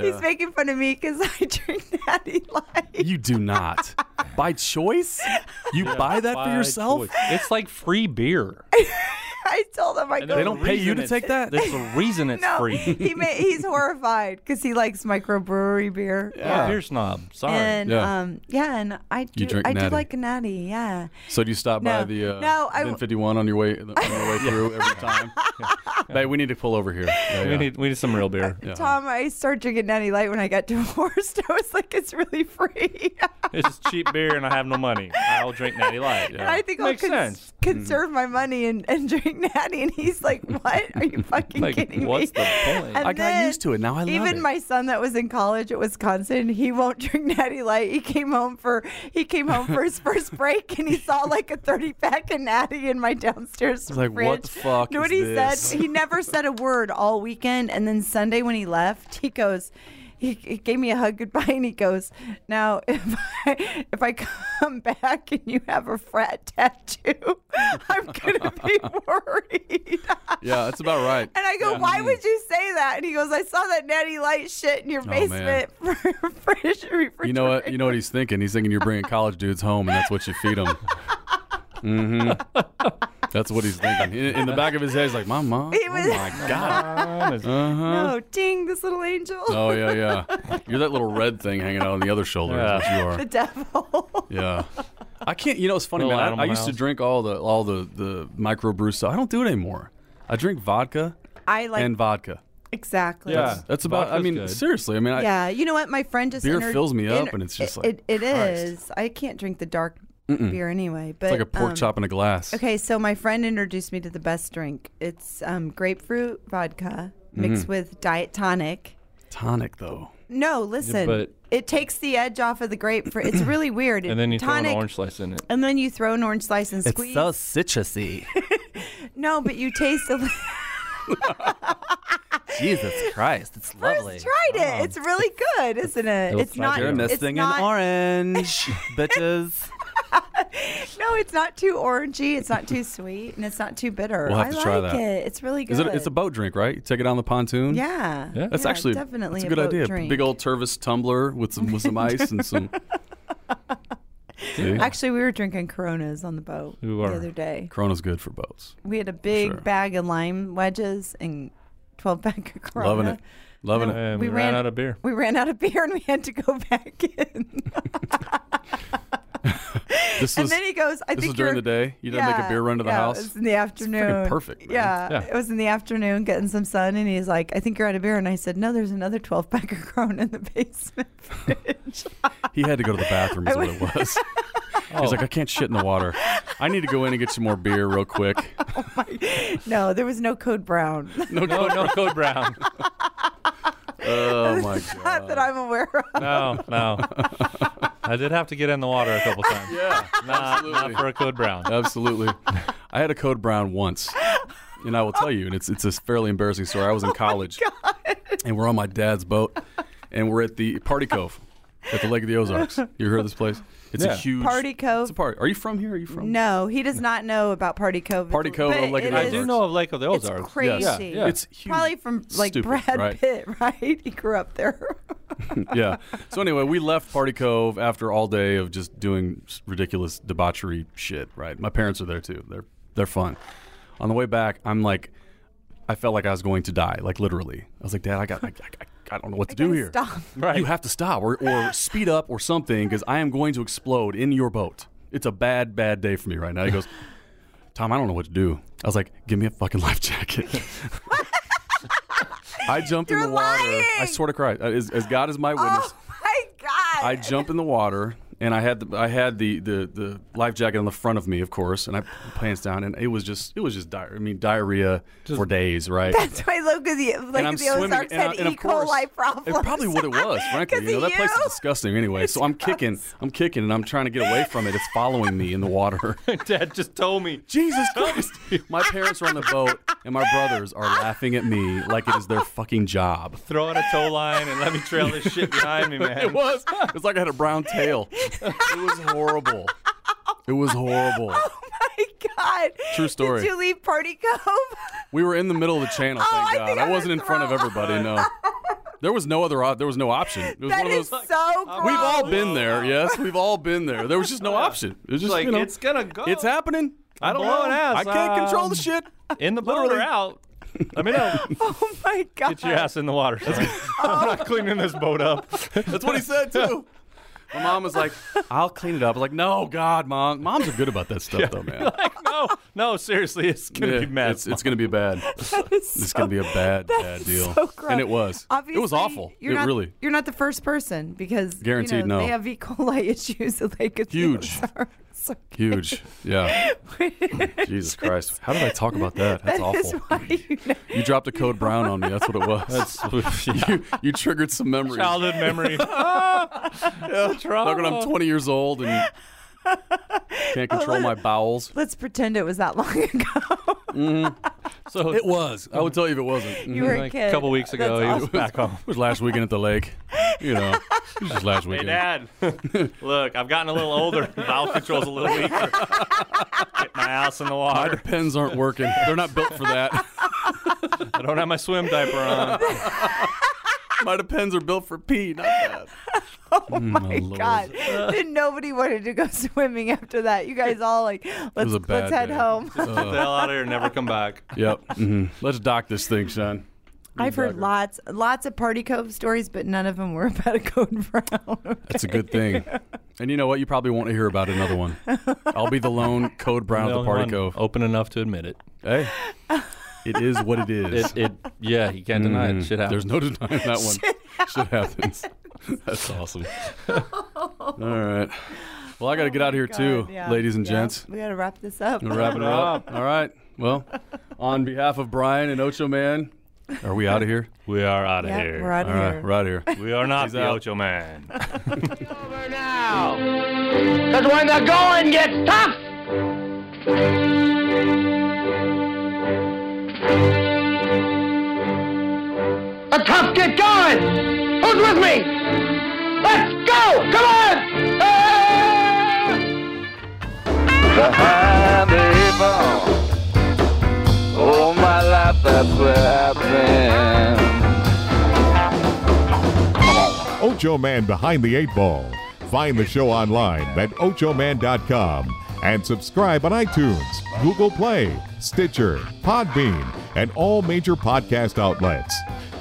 Speaker 5: He's making fun of me because I drink Natty Light.
Speaker 4: You do not by choice. You buy that for
Speaker 6: By
Speaker 4: yourself.
Speaker 6: choice. It's like free beer.
Speaker 5: I told him I go.
Speaker 6: there's
Speaker 4: don't
Speaker 6: a
Speaker 4: pay you
Speaker 6: reason
Speaker 4: to
Speaker 6: it's-
Speaker 4: take that?
Speaker 6: There's a reason it's
Speaker 5: no,
Speaker 6: free.
Speaker 5: he may, he's horrified because he likes microbrewery beer.
Speaker 6: Yeah, beer snob. Sorry.
Speaker 5: And
Speaker 4: Yeah.
Speaker 5: um, yeah, and I do.
Speaker 4: You drink
Speaker 5: I do
Speaker 4: Natty.
Speaker 5: like a natty. Yeah.
Speaker 4: So do you stop by
Speaker 5: No.
Speaker 4: the uh,
Speaker 5: No, I w-
Speaker 4: 1051 on your way on your way through every time? Babe, we need to pull over here. Yeah,
Speaker 6: we
Speaker 4: yeah.
Speaker 6: need we need some real beer.
Speaker 4: Yeah.
Speaker 5: Tom, I started drinking Natty Light when I got divorced. I was like, it's really free.
Speaker 6: It's just cheap beer, and I have no money. I'll drink Natty Light.
Speaker 5: And I think
Speaker 6: Makes
Speaker 5: I'll cons-
Speaker 6: sense. Hmm.
Speaker 5: conserve my money and, and drink Natty. And he's like, what? Are you fucking
Speaker 6: Like,
Speaker 5: kidding
Speaker 6: what's
Speaker 5: me?
Speaker 6: the point?
Speaker 5: And
Speaker 4: I got
Speaker 5: then
Speaker 4: used to it. Now I love
Speaker 5: Even
Speaker 4: it.
Speaker 5: my son that was in college at Wisconsin, he won't drink Natty Light. He came home for he came home for his first break and he saw like a thirty pack of Natty in my downstairs
Speaker 4: like,
Speaker 5: fridge.
Speaker 4: what the fuck
Speaker 5: You know
Speaker 4: is
Speaker 5: what he
Speaker 4: this?
Speaker 5: said? He never said a word all weekend, and then Sunday when he left, he goes. He, he gave me a hug goodbye and he goes, Now, if I, if I come back and you have a frat tattoo, I'm going to be worried.
Speaker 4: Yeah, that's about right.
Speaker 5: And I go,
Speaker 4: Yeah.
Speaker 5: why would you say that? And he goes, I saw that natty light shit in your
Speaker 4: Oh, man.
Speaker 5: basement for fresh refrigerator.
Speaker 4: You know what? You know what he's thinking. He's thinking you're bringing college dudes home, and that's what you feed them. Mm-hmm. That's what he's thinking. In, in the back of his head, he's like, "My mom."
Speaker 5: He
Speaker 4: oh
Speaker 5: was-
Speaker 4: my god. Uh-huh.
Speaker 5: No, ding, this little angel.
Speaker 4: Oh yeah, yeah. You're that little red thing hanging out on the other shoulder. is what you are.
Speaker 5: The devil.
Speaker 4: Yeah. I can't. You know, it's funny,
Speaker 6: Little
Speaker 4: man. I, I
Speaker 6: animal
Speaker 4: used to
Speaker 6: house.
Speaker 4: drink all the all the the micro brews. So I don't do it anymore. I drink vodka
Speaker 5: I like
Speaker 4: and vodka.
Speaker 5: exactly.
Speaker 6: Yeah.
Speaker 4: That's about. I
Speaker 6: Vodka's
Speaker 4: mean,
Speaker 6: good.
Speaker 4: seriously. I mean, I,
Speaker 5: Yeah, you know what? My friend just
Speaker 4: Beer
Speaker 5: entered-
Speaker 4: fills me up
Speaker 5: enter-
Speaker 4: and it's just
Speaker 5: it-
Speaker 4: like,
Speaker 5: it, it
Speaker 4: Christ.
Speaker 5: is. I can't drink the dark beer anyway. But
Speaker 4: it's like a pork
Speaker 5: um,
Speaker 4: chop in a glass.
Speaker 5: Okay, so my friend introduced me to the best drink. It's um, grapefruit vodka mixed
Speaker 4: Mm-hmm.
Speaker 5: with diet tonic.
Speaker 4: Tonic though.
Speaker 5: No, listen.
Speaker 6: but-
Speaker 5: it takes the edge off of the grapefruit. It's really weird.
Speaker 6: and then you
Speaker 5: tonic,
Speaker 6: throw an orange slice in it.
Speaker 5: And then you throw an orange slice and squeeze.
Speaker 4: citrusy.
Speaker 5: no, but you taste it.
Speaker 4: Jesus Christ, it's
Speaker 5: First tried
Speaker 4: Oh.
Speaker 5: it. It's really good, isn't it?
Speaker 6: It'll
Speaker 5: It's not.
Speaker 6: flag you.
Speaker 5: It's not,
Speaker 4: orange, bitches.
Speaker 5: No, it's not too orangey. It's not too sweet, and it's not too bitter.
Speaker 4: We'll have
Speaker 5: I
Speaker 4: to
Speaker 5: like
Speaker 4: try that.
Speaker 5: it. It's really good.
Speaker 4: Is it? It's a boat drink, right? You take it on the pontoon.
Speaker 5: Yeah.
Speaker 6: Yeah.
Speaker 4: That's actually
Speaker 5: definitely
Speaker 4: that's a good
Speaker 5: boat
Speaker 4: idea.
Speaker 5: drink.
Speaker 4: Big old Tervis tumbler with some with some ice and some. See?
Speaker 5: Actually, we were drinking Coronas on the boat
Speaker 6: We
Speaker 5: the
Speaker 6: were.
Speaker 5: other day.
Speaker 4: Corona's good for boats.
Speaker 5: We had a big
Speaker 4: sure.
Speaker 5: bag of lime wedges and twelve pack of Corona.
Speaker 4: Loving it, loving it.
Speaker 6: And
Speaker 5: we
Speaker 6: we, ran,
Speaker 5: ran-
Speaker 6: out of beer.
Speaker 5: We ran out of beer and we had to go back in.
Speaker 4: This
Speaker 5: and
Speaker 4: is
Speaker 5: then he goes, "I
Speaker 4: this
Speaker 5: think
Speaker 4: is during
Speaker 5: you're-
Speaker 4: the day. You didn't make a beer run to the
Speaker 5: yeah,
Speaker 4: house.
Speaker 5: It was in the afternoon.
Speaker 4: perfect, man.
Speaker 5: Yeah,
Speaker 6: Yeah.
Speaker 5: It was in the afternoon getting some sun and he's like, I think you're out of beer and I said, No, there's another twelve pack of Corona in the basement fridge.
Speaker 4: He had to go to the bathroom. Is what it was.
Speaker 6: Oh.
Speaker 4: He's like, I can't shit in the water. I need to go in and get some more beer real quick.
Speaker 5: no, there was no code brown.
Speaker 6: No, no, no code brown.
Speaker 4: Oh my
Speaker 5: Not that I'm aware of.
Speaker 6: No, no. I did have to get in the water a couple times.
Speaker 4: Yeah,
Speaker 6: Not, not for a code brown.
Speaker 4: Absolutely. I had a code brown once. And I will tell you, and it's it's a fairly embarrassing
Speaker 5: Oh
Speaker 4: story. I was in college, and we're on my dad's boat, and we're at the Party Cove, at the Lake of the Ozarks. You heard of this place? It's
Speaker 6: Yeah.
Speaker 4: a huge
Speaker 5: Party Cove.
Speaker 4: It's a party. Are you from here? Are you from?
Speaker 5: No, he does not know about Party Cove.
Speaker 4: Party Cove
Speaker 5: But
Speaker 4: or Lake of
Speaker 5: it
Speaker 4: the
Speaker 6: I
Speaker 5: is-
Speaker 6: do know of Lake of the
Speaker 5: It's
Speaker 6: Ozarks.
Speaker 5: crazy.
Speaker 6: Yes. Yeah, yeah.
Speaker 4: It's huge.
Speaker 5: Probably from like
Speaker 4: Stupid,
Speaker 5: Brad
Speaker 4: right.
Speaker 5: Pitt, right? He grew up there.
Speaker 4: yeah. So anyway, we left Party Cove after all day of just doing s- ridiculous debauchery shit. Right. My parents are there too. They're they're fun. On the way back, I'm like, I felt like I was going to die. Like literally, I was like, Dad, I got, I, I, I don't know what to do
Speaker 5: gotta
Speaker 4: here.
Speaker 5: stop.
Speaker 6: Right.
Speaker 4: You have to stop or, or speed up or something because I am going to explode in your boat. It's a bad, bad day for me right now. He goes, Tom, I don't know what to do. I was like, give me a fucking life jacket. I jumped in
Speaker 5: You're
Speaker 4: the water. I
Speaker 5: lying.
Speaker 4: swear to Christ, as, as God is my witness,
Speaker 5: oh my God!
Speaker 4: I jump in the water and I had the, I had the, the, the life jacket on the front of me, of course, and I put pants down and it was just it was just di- I mean diarrhea for days, right?
Speaker 5: That's why Luke is like
Speaker 4: and I'm
Speaker 5: the
Speaker 4: swimming,
Speaker 5: Ozarks
Speaker 4: and, I-
Speaker 5: had
Speaker 4: and
Speaker 5: E.
Speaker 4: of course,
Speaker 5: coli problems.
Speaker 4: It's probably what it was, frankly.
Speaker 5: 'Cause
Speaker 4: You know, that
Speaker 5: of
Speaker 4: place is
Speaker 5: you.
Speaker 4: disgusting anyway. So I'm kicking, I'm kicking, and I'm trying to get away from it. It's following me in the water.
Speaker 6: Dad just told me.
Speaker 4: Jesus Christ! my parents are on the boat, and my brothers are laughing at me like it is their fucking job.
Speaker 6: Throw out a tow line and let me trail this shit behind me, man.
Speaker 4: It was. It's like I had a brown tail. It was horrible. It was horrible.
Speaker 5: Oh my God!
Speaker 4: True story.
Speaker 5: Did you leave Party Cove?
Speaker 4: We were in the middle of the channel.
Speaker 5: Oh,
Speaker 4: Thank
Speaker 5: I
Speaker 4: God.
Speaker 5: think
Speaker 4: I
Speaker 5: I'm
Speaker 4: wasn't in front of
Speaker 5: gonna throw
Speaker 4: everybody. No. There was no other. op- There was no option. It was
Speaker 5: That
Speaker 4: one of
Speaker 5: is
Speaker 4: those. uh,
Speaker 5: so.
Speaker 4: We've all
Speaker 5: gross.
Speaker 4: been there. Yes, we've all been there. There was just no option. It was just
Speaker 6: like,
Speaker 4: you know,
Speaker 6: it's gonna go.
Speaker 4: It's happening.
Speaker 6: I don't know. um,
Speaker 4: I can't control the shit.
Speaker 6: In the boat or out. Let me know.
Speaker 5: Oh my God!
Speaker 6: Get your ass in the water. son. I'm not cleaning this boat up.
Speaker 4: That's what he said too. My mom was like, "I'll clean it up." I was like, "No, God, mom. Moms are good about that stuff, though, man.
Speaker 6: no, no, seriously, it's gonna
Speaker 4: Yeah,
Speaker 6: be mess.
Speaker 4: It's, it's gonna be bad. It's gonna be a bad,
Speaker 5: That
Speaker 4: bad
Speaker 5: is
Speaker 4: deal.
Speaker 5: so gross.
Speaker 4: And it was.
Speaker 5: Obviously,
Speaker 4: it was awful.
Speaker 5: You're
Speaker 4: it
Speaker 5: not,
Speaker 4: really.
Speaker 5: You're not the first person because you
Speaker 4: Guaranteed
Speaker 5: know,
Speaker 4: no.
Speaker 5: They have E. coli issues at Lake of the
Speaker 4: Huge.
Speaker 5: Ozarks.
Speaker 4: Huge, yeah. Jesus Christ! How did I talk about that? That's
Speaker 5: That is
Speaker 4: awful.
Speaker 5: why you know-
Speaker 4: You dropped a code brown on me. That's what it was. you, you triggered some memories.
Speaker 6: childhood memory.
Speaker 4: Like when I'm 20 years old and can't control my bowels.
Speaker 5: Let's pretend it was that long
Speaker 4: Mm-hmm.
Speaker 5: ago.
Speaker 6: so
Speaker 4: It was. I would tell you if it wasn't. Mhm.
Speaker 5: You were
Speaker 6: like
Speaker 5: a
Speaker 6: a
Speaker 5: kid.
Speaker 6: couple weeks ago,
Speaker 5: That's
Speaker 6: he was back home.
Speaker 4: It was last weekend at the lake. You know, it was just last
Speaker 6: Hey,
Speaker 4: weekend.
Speaker 6: Dad, look, I've gotten a little older. Bowel control's a little weaker. Get my ass in the
Speaker 4: My
Speaker 6: water.
Speaker 4: depends aren't working. They're not built for that.
Speaker 6: I don't have my swim diaper on.
Speaker 4: My depends are built for pee, not that.
Speaker 5: Oh my
Speaker 4: Mm, Lord.
Speaker 5: god! Then nobody wanted to go swimming after that. You guys all like, let's
Speaker 4: a bad
Speaker 5: let's head
Speaker 4: day.
Speaker 5: home.
Speaker 4: Uh.
Speaker 6: Get the hell out of here. Never come back.
Speaker 4: Yep. hmm Let's dock this thing, son.
Speaker 5: I've heard lots lots of party cove stories, but none of them were about a code brown. Oh,
Speaker 4: That's a good thing. And you know what? You probably won't hear about another one. I'll be the lone code brown at the
Speaker 6: Only
Speaker 4: party
Speaker 6: one
Speaker 4: cove.
Speaker 6: Open enough to admit it.
Speaker 4: Hey, it is what it is.
Speaker 6: It, it yeah, you can't deny it.
Speaker 4: Mm.
Speaker 6: Shit happens.
Speaker 4: There's no denying that one. Shit happens. That's awesome. All right. Well, I got to get out of here too,
Speaker 5: Oh, God, yeah.
Speaker 4: ladies and
Speaker 5: Yeah.
Speaker 4: gents.
Speaker 5: We gotta wrap this up.
Speaker 4: We're wrapping it up. All right. Well, on behalf of Brian and Ocho Man, are we out of here?
Speaker 6: we are out of
Speaker 5: Yeah,
Speaker 6: here.
Speaker 5: we're out
Speaker 4: All
Speaker 5: of
Speaker 4: right,
Speaker 5: here.
Speaker 4: we're out of here.
Speaker 6: We are not
Speaker 4: He's
Speaker 6: the
Speaker 4: out.
Speaker 6: Ocho Man.
Speaker 2: over now. Because when the going gets tough, the tough get going. Who's with me? Let's go! Come on!
Speaker 9: behind the eight ball. All my life that's where I've been.
Speaker 1: Ocho Man Behind the Eight Ball. Find the show online at ochoman.com and subscribe on iTunes, Google Play, Stitcher, Podbean, and all major podcast outlets.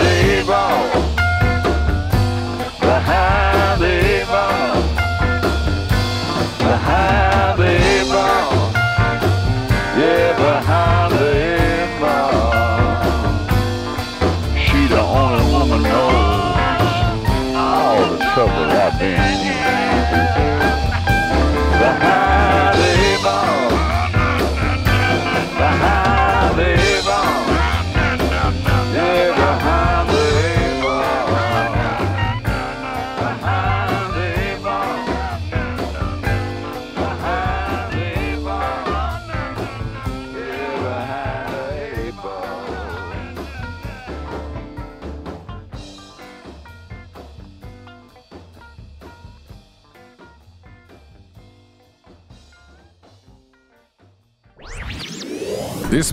Speaker 2: the eight ball. Behind the eight ball. Behind the eight ball. Yeah, behind the eight ball. She the only woman knows all the trouble I've been in. Behind the eight ball. Behind the eight ball. Yeah, behind the eight ball.
Speaker 10: This